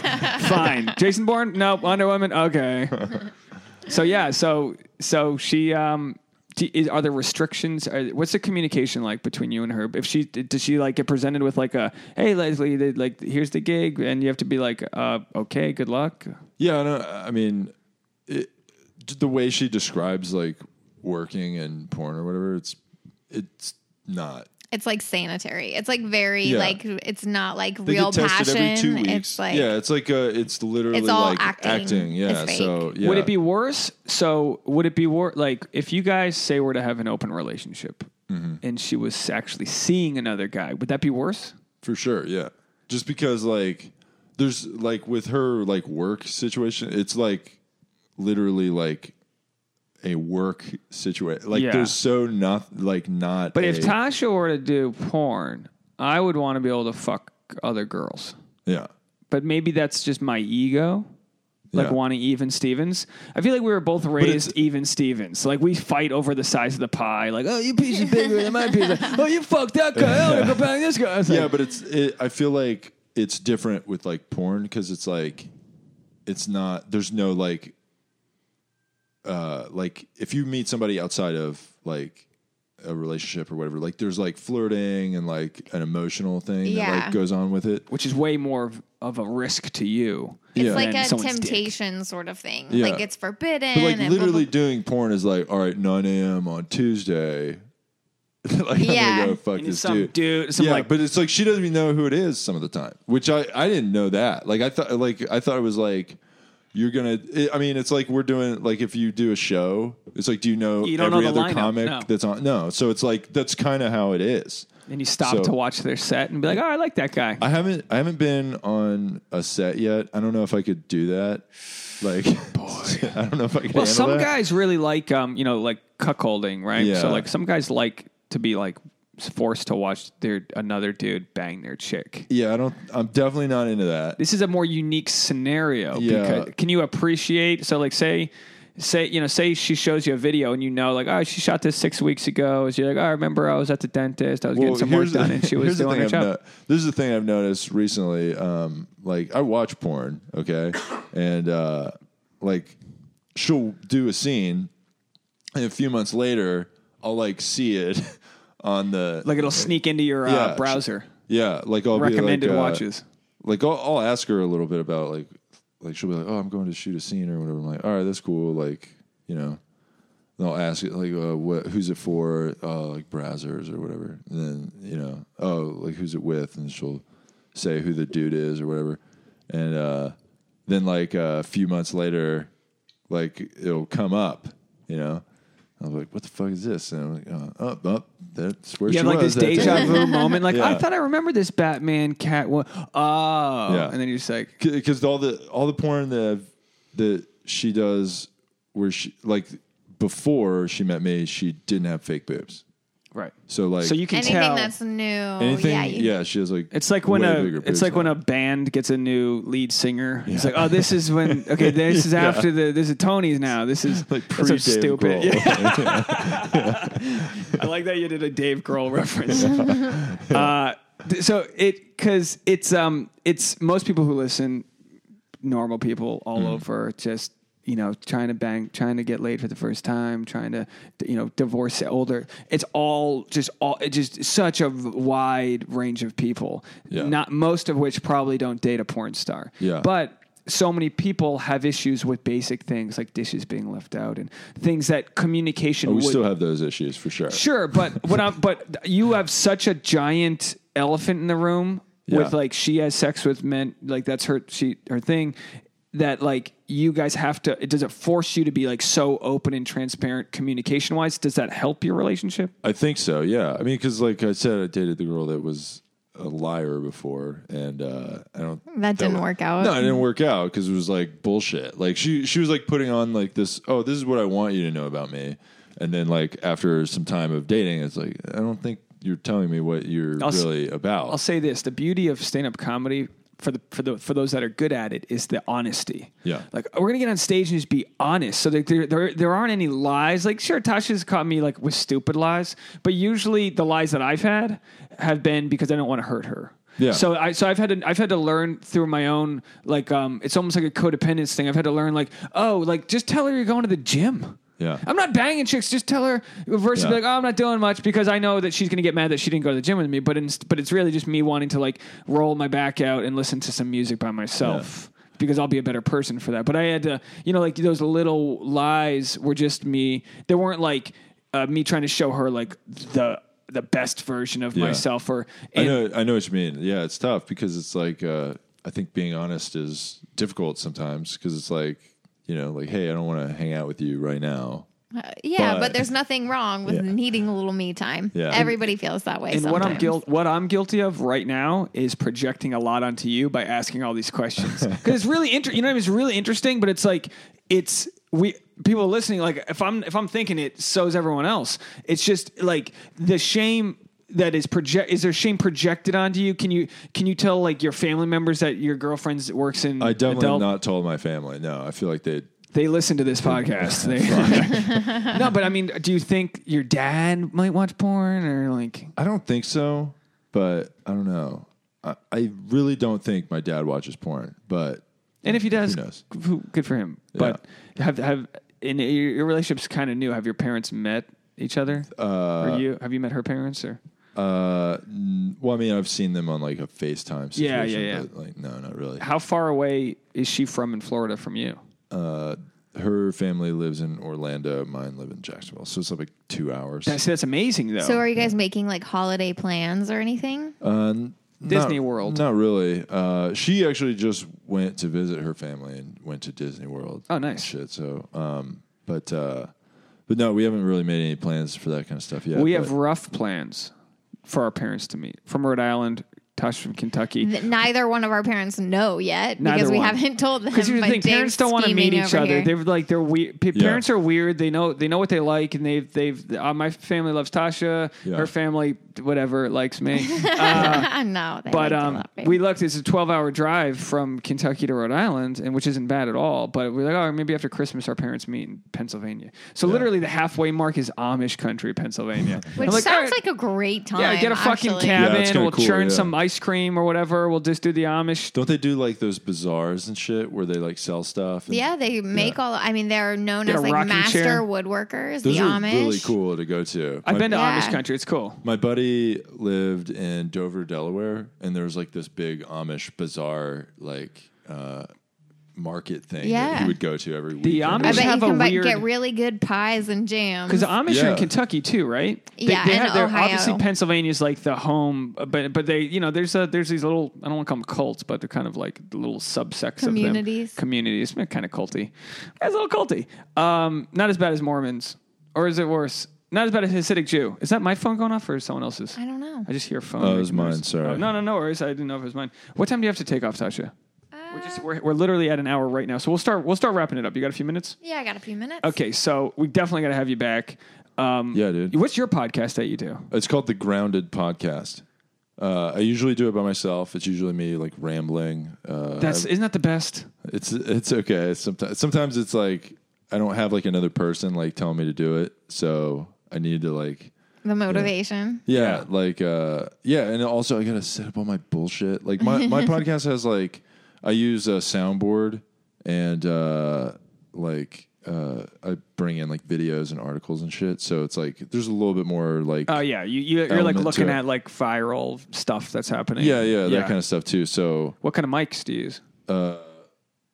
fine. Jason Bourne. No, Wonder Woman. Okay. So yeah, so so she um do, is, are there restrictions? Are, what's the communication like between you and her? If she does she like get presented with like a hey Leslie, they, like here's the gig, and you have to be like uh okay, good luck. Yeah, no, I mean, it, the way she describes like working and porn or whatever, it's it's not. It's like sanitary. It's like very Yeah. like it's not like They real get tested passion. every two weeks. It's like yeah, it's like uh it's literally all like acting. Yeah, It's so yeah, Would it be worse? So would it be worse? Like if you guys say we're to have an open relationship, Mm-hmm. and she was actually seeing another guy, would that be worse? for sure? Yeah, just because like there's like with her like work situation, it's like literally like a work situation. Like Yeah. there's so not like not. But a, if Tasha were to do porn, I would want to be able to fuck other girls. yeah, but maybe that's just my ego. Like Yeah. wanting even Stevens. I feel like we were both raised even Stevens. Like we fight over the size of the pie. Like, oh, you piece is bigger than my piece. Like, oh, you fucked that guy. Oh, you go bang this guy. It's like, yeah, but it's. It, I feel like it's different with like porn because it's like, it's not. There's no like, uh, like if you meet somebody outside of like a relationship or whatever, like there's like flirting and like an emotional thing that Yeah. like goes on with it. which is way more of, of a risk to you. Yeah. it's like than a someone's dick. temptation sort of thing. Yeah. Like it's forbidden. But like and blah, literally doing porn is like, all right, 9 a.m. on Tuesday. like I'm Yeah. gonna go fuck And this some dude, dude. some yeah, like, but it's like she doesn't even know who it is some of the time, which I I didn't know that. Like I thought, like I thought it was like you're gonna. It, I mean, it's like we're doing like if you do a show, it's like do you know You don't every know the other lineup, comic no. that's on? No, so it's like that's kind of how it is. and you stop so- to watch their set and be like, oh, I like that guy. I haven't I haven't been on a set yet. I don't know if I could do that. Like, I don't know if I could. Well, handle some that. guys really like, um, you know, like cuckolding, right? Yeah. So like some guys like to be like forced to watch their another dude bang their chick. Yeah, I don't. I'm definitely not into that. This is a more unique scenario. Yeah. Because can you appreciate? So like say. Say you know, say she shows you a video and you know, like, oh, she shot this six weeks ago. So you're like, oh, I remember I was at the dentist, I was getting some work here's the- done, and she was here's the doing thing her I've job. no- this is the thing I've noticed recently. Um, like I watch porn, okay, and uh, like she'll do a scene, and a few months later, I'll like see it on the like it'll sneak into your uh, Yeah. browser. yeah, like I'll Recommended be like, uh, watches. like I'll, I'll ask her a little bit about like like she'll be like, oh, I'm going to shoot a scene or whatever. I'm like, all right, that's cool. Like you know, they'll ask it like, uh, what, who's it for? Uh, like Brazzers or whatever. And then you know, oh, like who's it with? And she'll say who the dude is or whatever. And uh, then like uh, a few months later, like it'll come up, you know. I was like, "What the fuck is this?" And I'm like, "Oh, up, up. That's where You she have like was." this that deja day." vu moment, like I Yeah. thought I remembered this Batman cat one. Oh, Yeah. and then you're just like, because all the all the porn that that she does, where she like before she met me, she didn't have fake boobs. right. So like so you can Anything tell that's new, anything, yeah, yeah, you- she has like It's like when way a bigger it's boobs like when now. a band gets a new lead singer. It's like, oh, this is when okay, this is after the this is Tony's now. This is like that's so pre stupid. stupid. Yeah. I like that you did a Dave Grohl reference. uh, th- so it because it's um it's most people who listen, normal people all Mm-hmm. over, just you know trying to bang, trying to get laid for the first time, trying to d- you know divorce older. It's all just all it just such a v- wide range of people. Yeah. Not most of which probably don't date a porn star. Yeah. but but so many people have issues with basic things like dishes being left out and things that communication Oh, we would still have those issues for sure. sure but what I'm, but you have such a giant elephant in the room with Yeah. like she has sex with men like that's her she her thing that like you guys have to it does it force you to be like so open and transparent communication wise does that help your relationship I think so. Yeah, I mean, because like I said, I dated the girl that was a liar before, and uh, I don't That didn't work out. No, it didn't work out because it was like bullshit. Like she she was like putting on like this. Oh, this is what I want you to know about me. And then like after some time of dating, it's like I don't think you're telling me what you're I'll s- really about. I'll say this: the beauty of stand-up comedy for the for the for those that are good at it is the honesty. Yeah. like we're gonna get on stage and just be honest. So there there there, there aren't any lies. Like sure, Tasha's caught me like with stupid lies, but usually the lies that I've had have been because I don't want to hurt her. Yeah. So I so I've had to I've had to learn through my own like um it's almost like a codependence thing. I've had to learn like oh like just tell her you're going to the gym. Yeah. I'm not banging chicks. Just tell her versus Yeah. be like, oh, I'm not doing much because I know that she's gonna get mad that she didn't go to the gym with me. But in, but it's really just me wanting to like roll my back out and listen to some music by myself because I'll be a better person for that. But I had to, you know, like those little lies were just me. They weren't like uh, me trying to show her like the the best version of myself or I and- know I know what you mean. Yeah, it's tough because it's like uh, I think being honest is difficult sometimes because it's like you know like hey, I don't want to hang out with you right now. Uh, yeah, but, But- there's nothing wrong with Yeah. needing a little me time. Yeah. Everybody feels that way. And what I'm sometimes. guilt what I'm guilty of right now is projecting a lot onto you by asking all these questions because it's really inter- you know what I mean? it's really interesting, but it's like it's we people listening like if I'm if I'm thinking it, so is everyone else. It's just like the shame that is project is there shame projected onto you? Can you can you tell like your family members that your girlfriend's works in I definitely adult have not told my family. No, I feel like they. they listen to this podcast. They, no, but I mean, do you think your dad might watch porn or like I don't think so, but I don't know. I, I really don't think my dad watches porn, but And if he does, knows? who- good for him. But have have and your, your relationship's kind of new. Have your parents met each other? Uh, or you have you met her parents or? Uh, n- well, I mean, I've seen them on like a FaceTime situation. Yeah, yeah, yeah. But, like, no, not really. How far away is she from in Florida from you? Uh, her family lives in Orlando. Mine live in Jacksonville, so it's like two hours. That's that's amazing though. So, are you guys making like holiday plans or anything? Uh, Disney Not- World. Not really. Uh, she actually just went to visit her family and went to Disney World. Oh, and nice. shit. So, um, but uh, but no, we haven't really made any plans for that kind of stuff yet. we but- have rough plans for our parents to meet from Rhode Island. Tosh from Kentucky. That neither one of our parents know yet Neither because we one. haven't told them. Because here's the but thing: parents Dave's don't want to meet scheming each over other. here. They're like they're weird. Pa- Yeah. Parents are weird. They know they know what they like, and they've they've. Uh, my family loves Tasha. Yeah. Her family, whatever, likes me. no, they but like uh, to um, love me. we looked. It's a twelve-hour drive from Kentucky to Rhode Island, and which isn't bad at all. But we're like, oh, maybe after Christmas, our parents meet in Pennsylvania. So literally, the halfway mark is Amish country, Pennsylvania. which I'm like, all sounds right, like a great time. yeah, get a fucking actually. Yeah, cabin. it's kinda we'll cool, churn yeah. some ice cream or whatever. We'll just do the Amish. Don't they do like those bazaars and shit where they like sell stuff? and- Yeah, they make all. I mean, they're known Get as a like rocking master chair. woodworkers. Those the are Amish. really cool to go to. I've My- been to Yeah. Amish country. It's cool. My buddy lived in Dover, Delaware, and there was like this big Amish bazaar, like uh, market thing that he Yeah. would go to every week. Amish I Just bet you have a can buy, weird- get really good pies and jams. Because Amish are Yeah. in Kentucky too, right? Yeah, they, they and have their, Ohio. obviously Pennsylvania's like the home, but but they you know there's a there's these little I don't want to call them cults, but they're kind of like the little subsects Communities. of them. communities, They're kind of culty. It's a little culty. Um, not as bad as Mormons, or is it worse? Not as bad as Hasidic Jew. Is that my phone going off or is someone else's? I don't know. I just hear a phone. Oh, it was making mine, noise. sorry. Oh, no, no, no worries. I didn't know if it was mine. What time do you have to take off, Tasha? we're Uh, just we're, we're literally at an hour right now, so we'll start we'll start wrapping it up. You got a few minutes? Yeah, I got a few minutes. Okay, so we definitely got to have you back. Um, Yeah, dude. What's your podcast that you do? It's called the Grounded Podcast. Uh, I usually do it by myself. It's usually me like rambling. Uh, That's isn't that the best? it's it's okay. Sometimes sometimes it's like I don't have like another person like telling me to do it, so I need to like The motivation. yeah, like uh yeah, and also I gotta set up all my bullshit. Like my my podcast has like I use a soundboard and uh like uh I bring in like videos and articles and shit. So it's like there's a little bit more like Oh yeah, you, you you're like Element to looking it. at like viral stuff that's happening. yeah, yeah, that kind of stuff too. So What kind of mics do you use?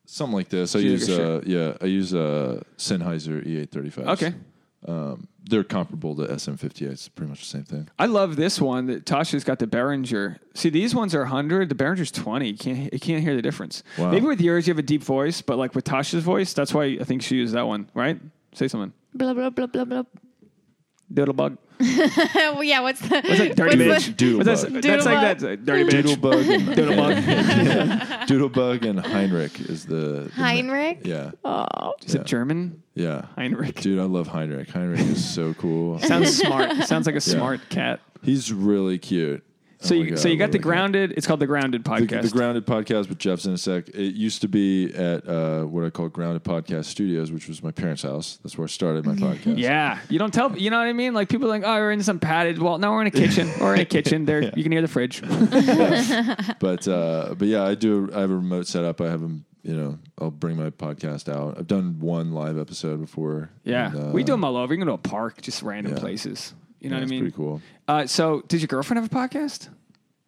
something like this. I Junior use uh yeah, I use uh Sennheiser E eight thirty five. Okay, They're comparable to SM fifty eight, it's pretty much the same thing. I love this one that Tasha's got the Behringer. See, these ones are hundred. The Behringer's twenty. You can't you can't hear the difference. Wow. Maybe with yours you have a deep voice, but like with Tasha's voice, that's why I think she used that one. Right? Say something. Blah blah blah blah blah. Doodle bug. well, Oh, yeah. What's the? What's that? Dirty What's bitch. the- Doodle What's bug. that? That's Doodle like bug. that. Dirty bitch. Doodlebug and Doodlebug. yeah. Doodlebug and Heinrich is the, the Heinrich? Yeah. Oh. Is it German? Yeah. Heinrich. Dude, I love Heinrich. Heinrich is so cool. Sounds smart. Sounds like a smart cat. He's really cute. So Oh my you God, so I you love got the that guy. grounded. It's called the grounded The, podcast. the Grounded Podcast with Jeff Zinasek. It used to be at uh, what I call Grounded Podcast Studios, which was my parents' house. That's where I started my podcast. yeah, you don't tell. You know what I mean? Like people are like, oh, we're in some padded wall. No, we're in a kitchen. we're in a kitchen. There, you can hear the fridge. But uh, but yeah, I do. I have a remote setup. I have them. You know, I'll bring my podcast out. I've done one live episode before. Yeah, and, uh, we do them all over. You can go to a park, just random yeah. places. You know what yeah, I it's mean? pretty cool. Uh, so, did your girlfriend have a podcast?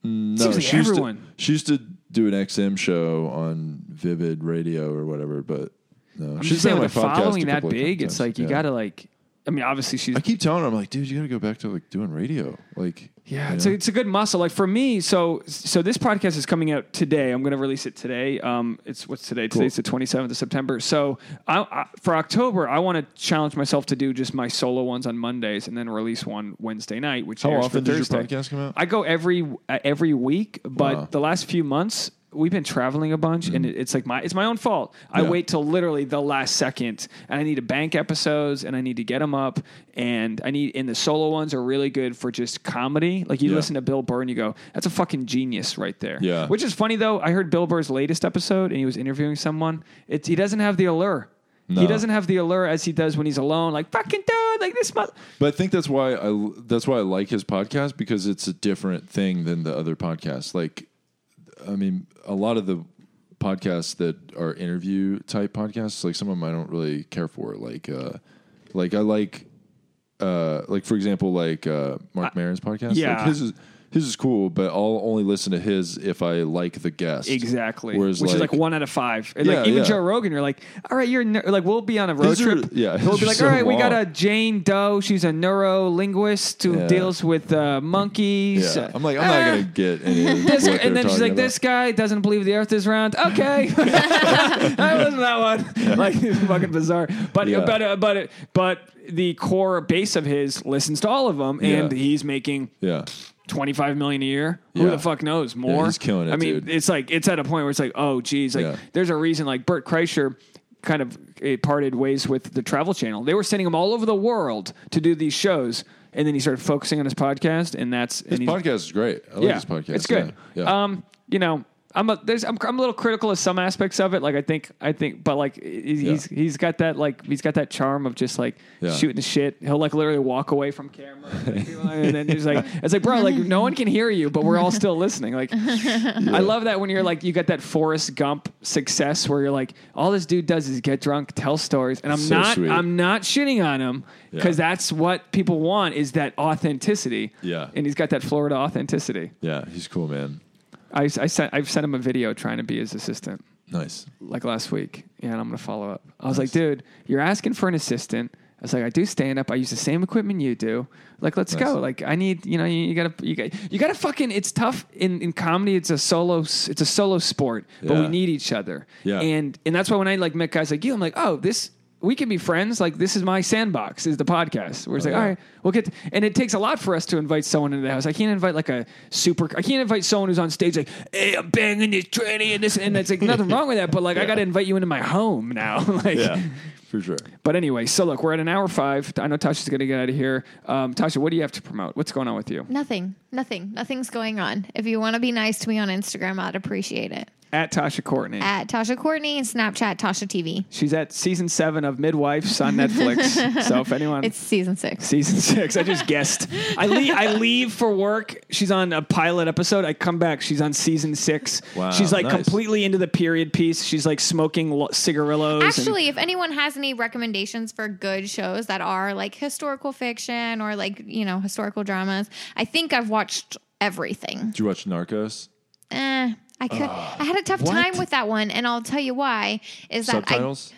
No, Seems like she used to- everyone. she used to do an XM show on Vivid Radio or whatever, but no, I'm she's just been saying, on with a my podcast a following that couple of big, it's times. like you Yeah. got to like. I mean, obviously she's I keep telling her, I'm like, dude, you gotta go back to like doing radio. Like, Yeah, you it's a, know? it's a good muscle. Like for me, so so this podcast is coming out today. I'm going to release it today. Um, it's what's today? Today's the 27th of September. So I, I, for October, I want to challenge myself to do just my solo ones on Mondays and then release one Wednesday night. Which How airs often for does your Thursday. podcast come out? I go every uh, every week, but Wow. Mm-hmm. the last few months we've been traveling a bunch, and it, it's like my it's my own fault. I Yeah. wait till literally the last second, and I need to bank episodes, and I need to get them up, and I need and the solo ones are really good for just comedy. Like you Yeah. listen to Bill Burr, and you go, "That's a fucking genius right there." Yeah. which is funny though. I heard Bill Burr's latest episode, and he was interviewing someone. It's he doesn't have the allure. He No. doesn't have the allure as he does when he's alone. Like fucking dude, like this month. but I think that's why I that's why I like his podcast because it's a different thing than the other podcasts. Like, I mean, a lot of the podcasts that are interview type podcasts, like some of them I don't really care for. Like, uh, like I like, uh, like for example, like uh, Mark Maron's podcast. yeah. like his is his is cool, but I'll only listen to his if I like the guest Exactly. Whereas Which is like like one out of five. And, Yeah, like even yeah. Joe Rogan, you're like, all right, you're a ner- like, we'll be on a road These are- trip. yeah, He'll these be are like, so all right, we got long. a Jane Doe. She's a neuro linguist who Yeah. deals with uh, monkeys. Yeah. I'm like, I'm not Ah, gonna get any of This, what they're and then she's talking like, about. "This guy doesn't believe the Earth is round." Okay, I wasn't that one. Like it's fucking bizarre. But Yeah. but uh, but but the core base of his listens to all of them, and Yeah. he's making Yeah. 25 million a year. Who Yeah. the fuck knows more? he's killing it, I mean, dude. it's like it's at a point where it's like, oh geez, like Yeah. there's a reason like Bert Kreischer kind of eh, parted ways with the Travel Channel. They were sending him all over the world to do these shows, and then he started focusing on his podcast, and that's and His he's- podcast is great. I like yeah, his podcast. it's good. Yeah. Yeah. Um, you know. I'm a, there's, I'm I'm a little critical of some aspects of it. Like I think I think, but like he's he's- he's got that like he's got that charm of just like Yeah. shooting the shit. He'll like literally walk away from camera, and then he's like, it's like bro, like no one can hear you, but we're all still listening. Like I love that when you're like you got that Forrest Gump success where you're like all this dude does is get drunk, tell stories, and I'm So not sweet. I'm not shitting on him because that's what people want is that authenticity. Yeah. and he's got that Florida authenticity. yeah, he's cool, man. I, I sent I've sent him a video trying to be his assistant. Nice. like last week, and I'm gonna follow up. I was like, dude, you're asking for an assistant. I was like, I do stand up. I use the same equipment you do. Like, let's Nice. go. Like, I need, you know, you, you gotta, you got, you gotta fucking. It's tough in in comedy. It's a solo, s- it's a solo sport, but we Yeah. need each other. Yeah. And and that's why when I like met guys like you, I'm like, oh, this we can be friends. Like, this is my sandbox. Is the podcast. We're just like, Oh, yeah. all right, we'll get. and it takes a lot for us to invite someone into the house. I can't invite like a super. I can't invite someone who's on stage like, hey, I'm banging this tranny and this and that's like nothing wrong with that. But like, I got to invite you into my home now. like, Yeah, for sure. but anyway, so look, we're at an hour five. I know Tasha's going to get out of here. Um, Tasha, what do you have to promote? What's going on with you? Nothing. Nothing. Nothing's going on. If you want to be nice to me on Instagram, I'd appreciate it. At Tasha Courtney. At Tasha Courtney and Snapchat Tasha TV. She's at season seven of Midwives on Netflix. so if anyone. It's season six. Season six. I just guessed. I leave. I leave for work. She's on a pilot episode. I come back. She's on season six. Wow, She's like nice. completely into the period piece. She's like smoking lo- cigarillos. and- Actually, if anyone has any recommendations for good shows that are like historical fiction or like, you know, historical dramas, I think I've watched everything. Did you watch Narcos? Eh, I could I had a tough what? time with that one and I'll tell you why is that Subtitles?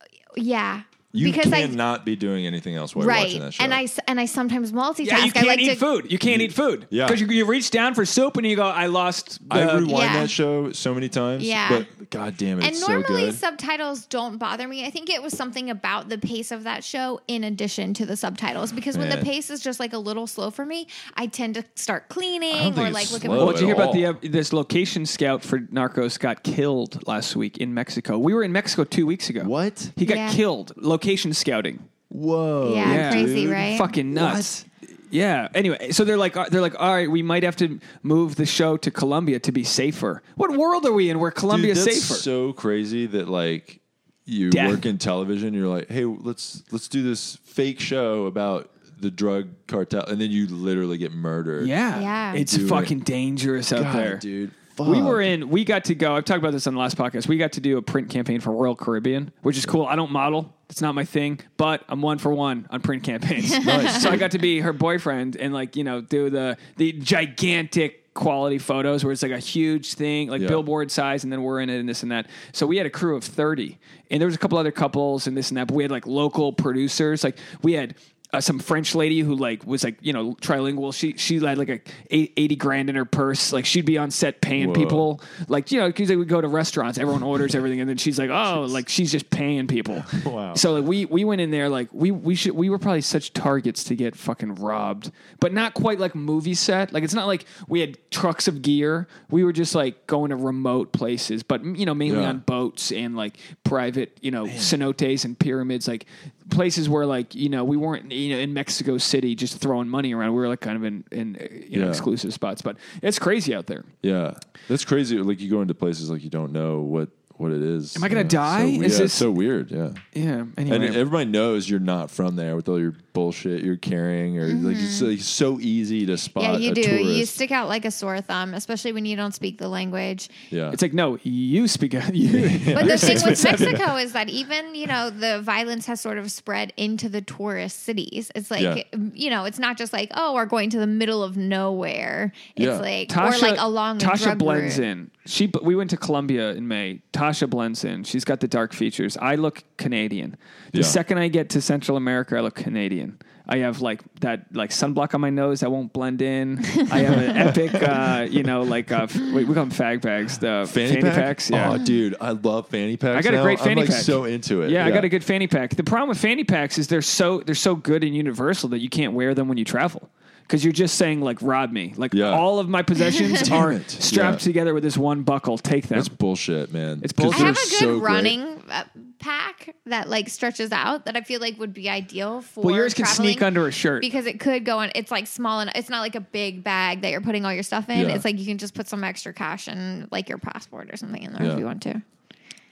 I yeah. you because I cannot be doing anything else while you're watching that right show. and I s- and I sometimes multitask. Yeah, you can't I like eat to food. You can't eat food. Yeah. Because you, you reach down for soup and you go, I lost. The, I rewind Yeah. that show so many times. Yeah. But god damn it, and it's so normally good. subtitles don't bother me. I think it was something about the pace of that show in addition to the subtitles because when Yeah. the pace is just like a little slow for me, I tend to I start don't cleaning think or it's like look slow. well, Well, at did you hear at about the uh, all. this location scout for Narcos got killed last week in Mexico? We were in Mexico two weeks ago. What? He got Yeah. killed location scouting. Whoa. Yeah, Yeah. crazy, dude. right? Fucking nuts. Yeah. Anyway, so they're like, uh, they're like, all right, we might have to move the show to Colombia to be safer. What world are we in where Dude, Colombia's that's safer? so crazy that like you Death. work in television, you're like, hey, let's let's do this fake show about the drug cartel, and then you literally get murdered. yeah. Yeah. It's Dude. fucking dangerous out God, there, dude. We Fuck. were in. We got to go. I've talked about this on the last podcast. We got to do a print campaign for Royal Caribbean, which is cool. I don't model; it's not my thing. But I'm one for one on print campaigns. Nice, so I got to be her boyfriend and like you know do the the gigantic quality photos where it's like a huge thing, like Yeah. billboard size, and then we're in it and this and that. So we had a crew of thirty, and there was a couple other couples and this and that. But we had like local producers. Like we had. Uh, some French lady who like was like you know trilingual. She she had like a eight- eighty grand in her purse. Like she'd be on set paying Whoa. people. Like you know because we go to restaurants, everyone orders everything, and then she's like oh like she's just paying people. Wow. So like we we went in there like we we should we were probably such targets to get fucking robbed, but not quite like movie set. Like it's not like we had trucks of gear. We were just like going to remote places, but you know mainly Yeah. on boats and like private you know cenotes and pyramids, like places where like you know we weren't you know in Mexico City just throwing money around. We were like kind of in in uh, you know Yeah. exclusive spots, but it's crazy out there. Yeah, that's crazy. Like you go into places like you don't know what what it is. Am I gonna die? So, Is yeah, this- it's so weird. Yeah, Yeah. and Anyway. everybody knows you're not from there with all your bullshit you're carrying, or like it's like, so easy to spot. Mm-hmm. yeah, you a do. You Tourist. stick out like a sore thumb, especially when you don't speak the language. yeah, it's like no, you speak. You, But the thing with Mexico is that even, you know, the violence has sort of spread into the tourist cities. It's like, Yeah. you know, it's not just like, oh, we're going to the middle of nowhere. It's Yeah. like, Tasha, or like along the Tasha drug blends route. in. She we went to Colombia in May. Tasha blends in. She's got the dark features. I look Canadian. The Yeah. second I get to Central America, I look Canadian. I have like that like sunblock on my nose that won't blend in. I have an epic, uh, you know, like uh, f- wait, we call them fag bags, the fanny, packs. Yeah. Oh, dude, I love fanny packs. I got a now. great fanny I'm like pack. so into it. Yeah, I got a good fanny pack. The problem with fanny packs is they're so they're so good and universal that you can't wear them when you travel because you're just saying like rob me. Like Yeah. all of my possessions are it. strapped Yeah. together with this one buckle. Take them. That's bullshit, man. It's 'Cause bullshit. I have a they're good so great. running uh, pack that like stretches out that I feel like would be ideal for. Well, yours can traveling sneak under a shirt. because it could go on. It's like small and it's not like a big bag that you're putting all your stuff in. Yeah. It's like you can just put some extra cash and like your passport or something in there Yeah. if you want to.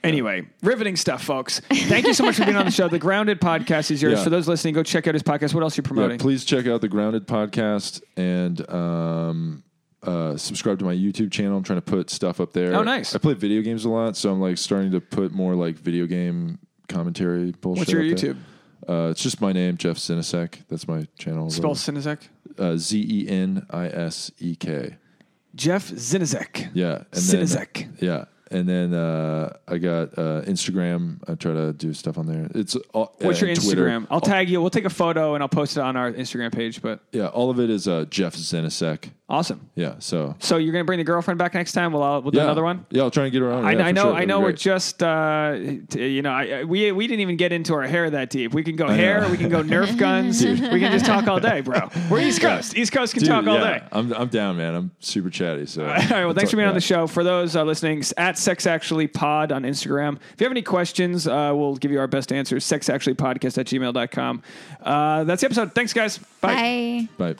Anyway, riveting stuff, folks. Thank you so much for being on the show. The Grounded Podcast is yours. Yeah. For those listening, go check out his podcast. What else are you Yeah, promoting? please check out the Grounded podcast and um, uh, subscribe to my YouTube channel. I'm trying to put stuff up there. Oh, nice. I play video games a lot, so I'm like starting to put more like video game commentary bullshit. What's your up there. YouTube? Uh, it's just my name, Jeff Sinisek. That's my channel. Spell Sinizek. uh, Z E N I S E K. Jeff Zinizek. Yeah, and Sinizek. Then, yeah, and then uh, I got uh, Instagram. I try to do stuff on there. It's all, What's uh, your and Twitter. Instagram? I'll tag you. We'll take a photo and I'll post it on our Instagram page. But Yeah, all of it is uh, Jeff Zenisek. awesome. Yeah, so So you're gonna bring the girlfriend back next time? We'll I'll, we'll do yeah, another one. Yeah, I'll try and get around. I, yeah, I for know. sure. I That'd know. be We're great. just uh, t- you know. I, I, we we didn't even get into our hair that deep. We can go hair. know. We can go Nerf guns. we can just talk all day, bro. We're East Coast. East Coast can Dude, talk all yeah, day. I'm I'm down, man. I'm super chatty. So all All right. Well, thanks for being on the show. For those uh, listening, s- at Sex Actually Pod on Instagram. If you have any questions, uh, we'll give you our best answers. Sex Actually Podcast at gmail.com. Uh, that's the episode. Thanks, guys. Bye. Bye. Bye.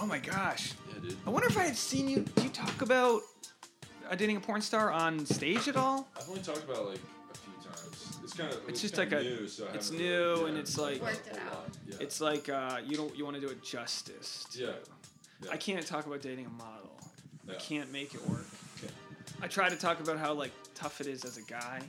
Oh, my gosh. I wonder if I had seen you. Do you talk about uh, dating a porn star on stage at all? I've only talked about like a few times. It's kind of It's just like a. it's new and it's like. Worked it out. It's like uh, you don't you want to do it justice. yeah. I can't talk about dating a model. I Yeah. can't make it work. I try to talk about how like tough it is as a guy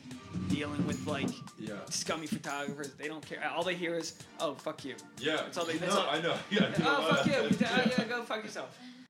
dealing with like Yeah. scummy photographers. They don't care. All they hear is, "Oh fuck you." Yeah. That's all they- that's all- know. Yeah. Oh fuck you. We- Oh yeah, oh, go fuck yourself.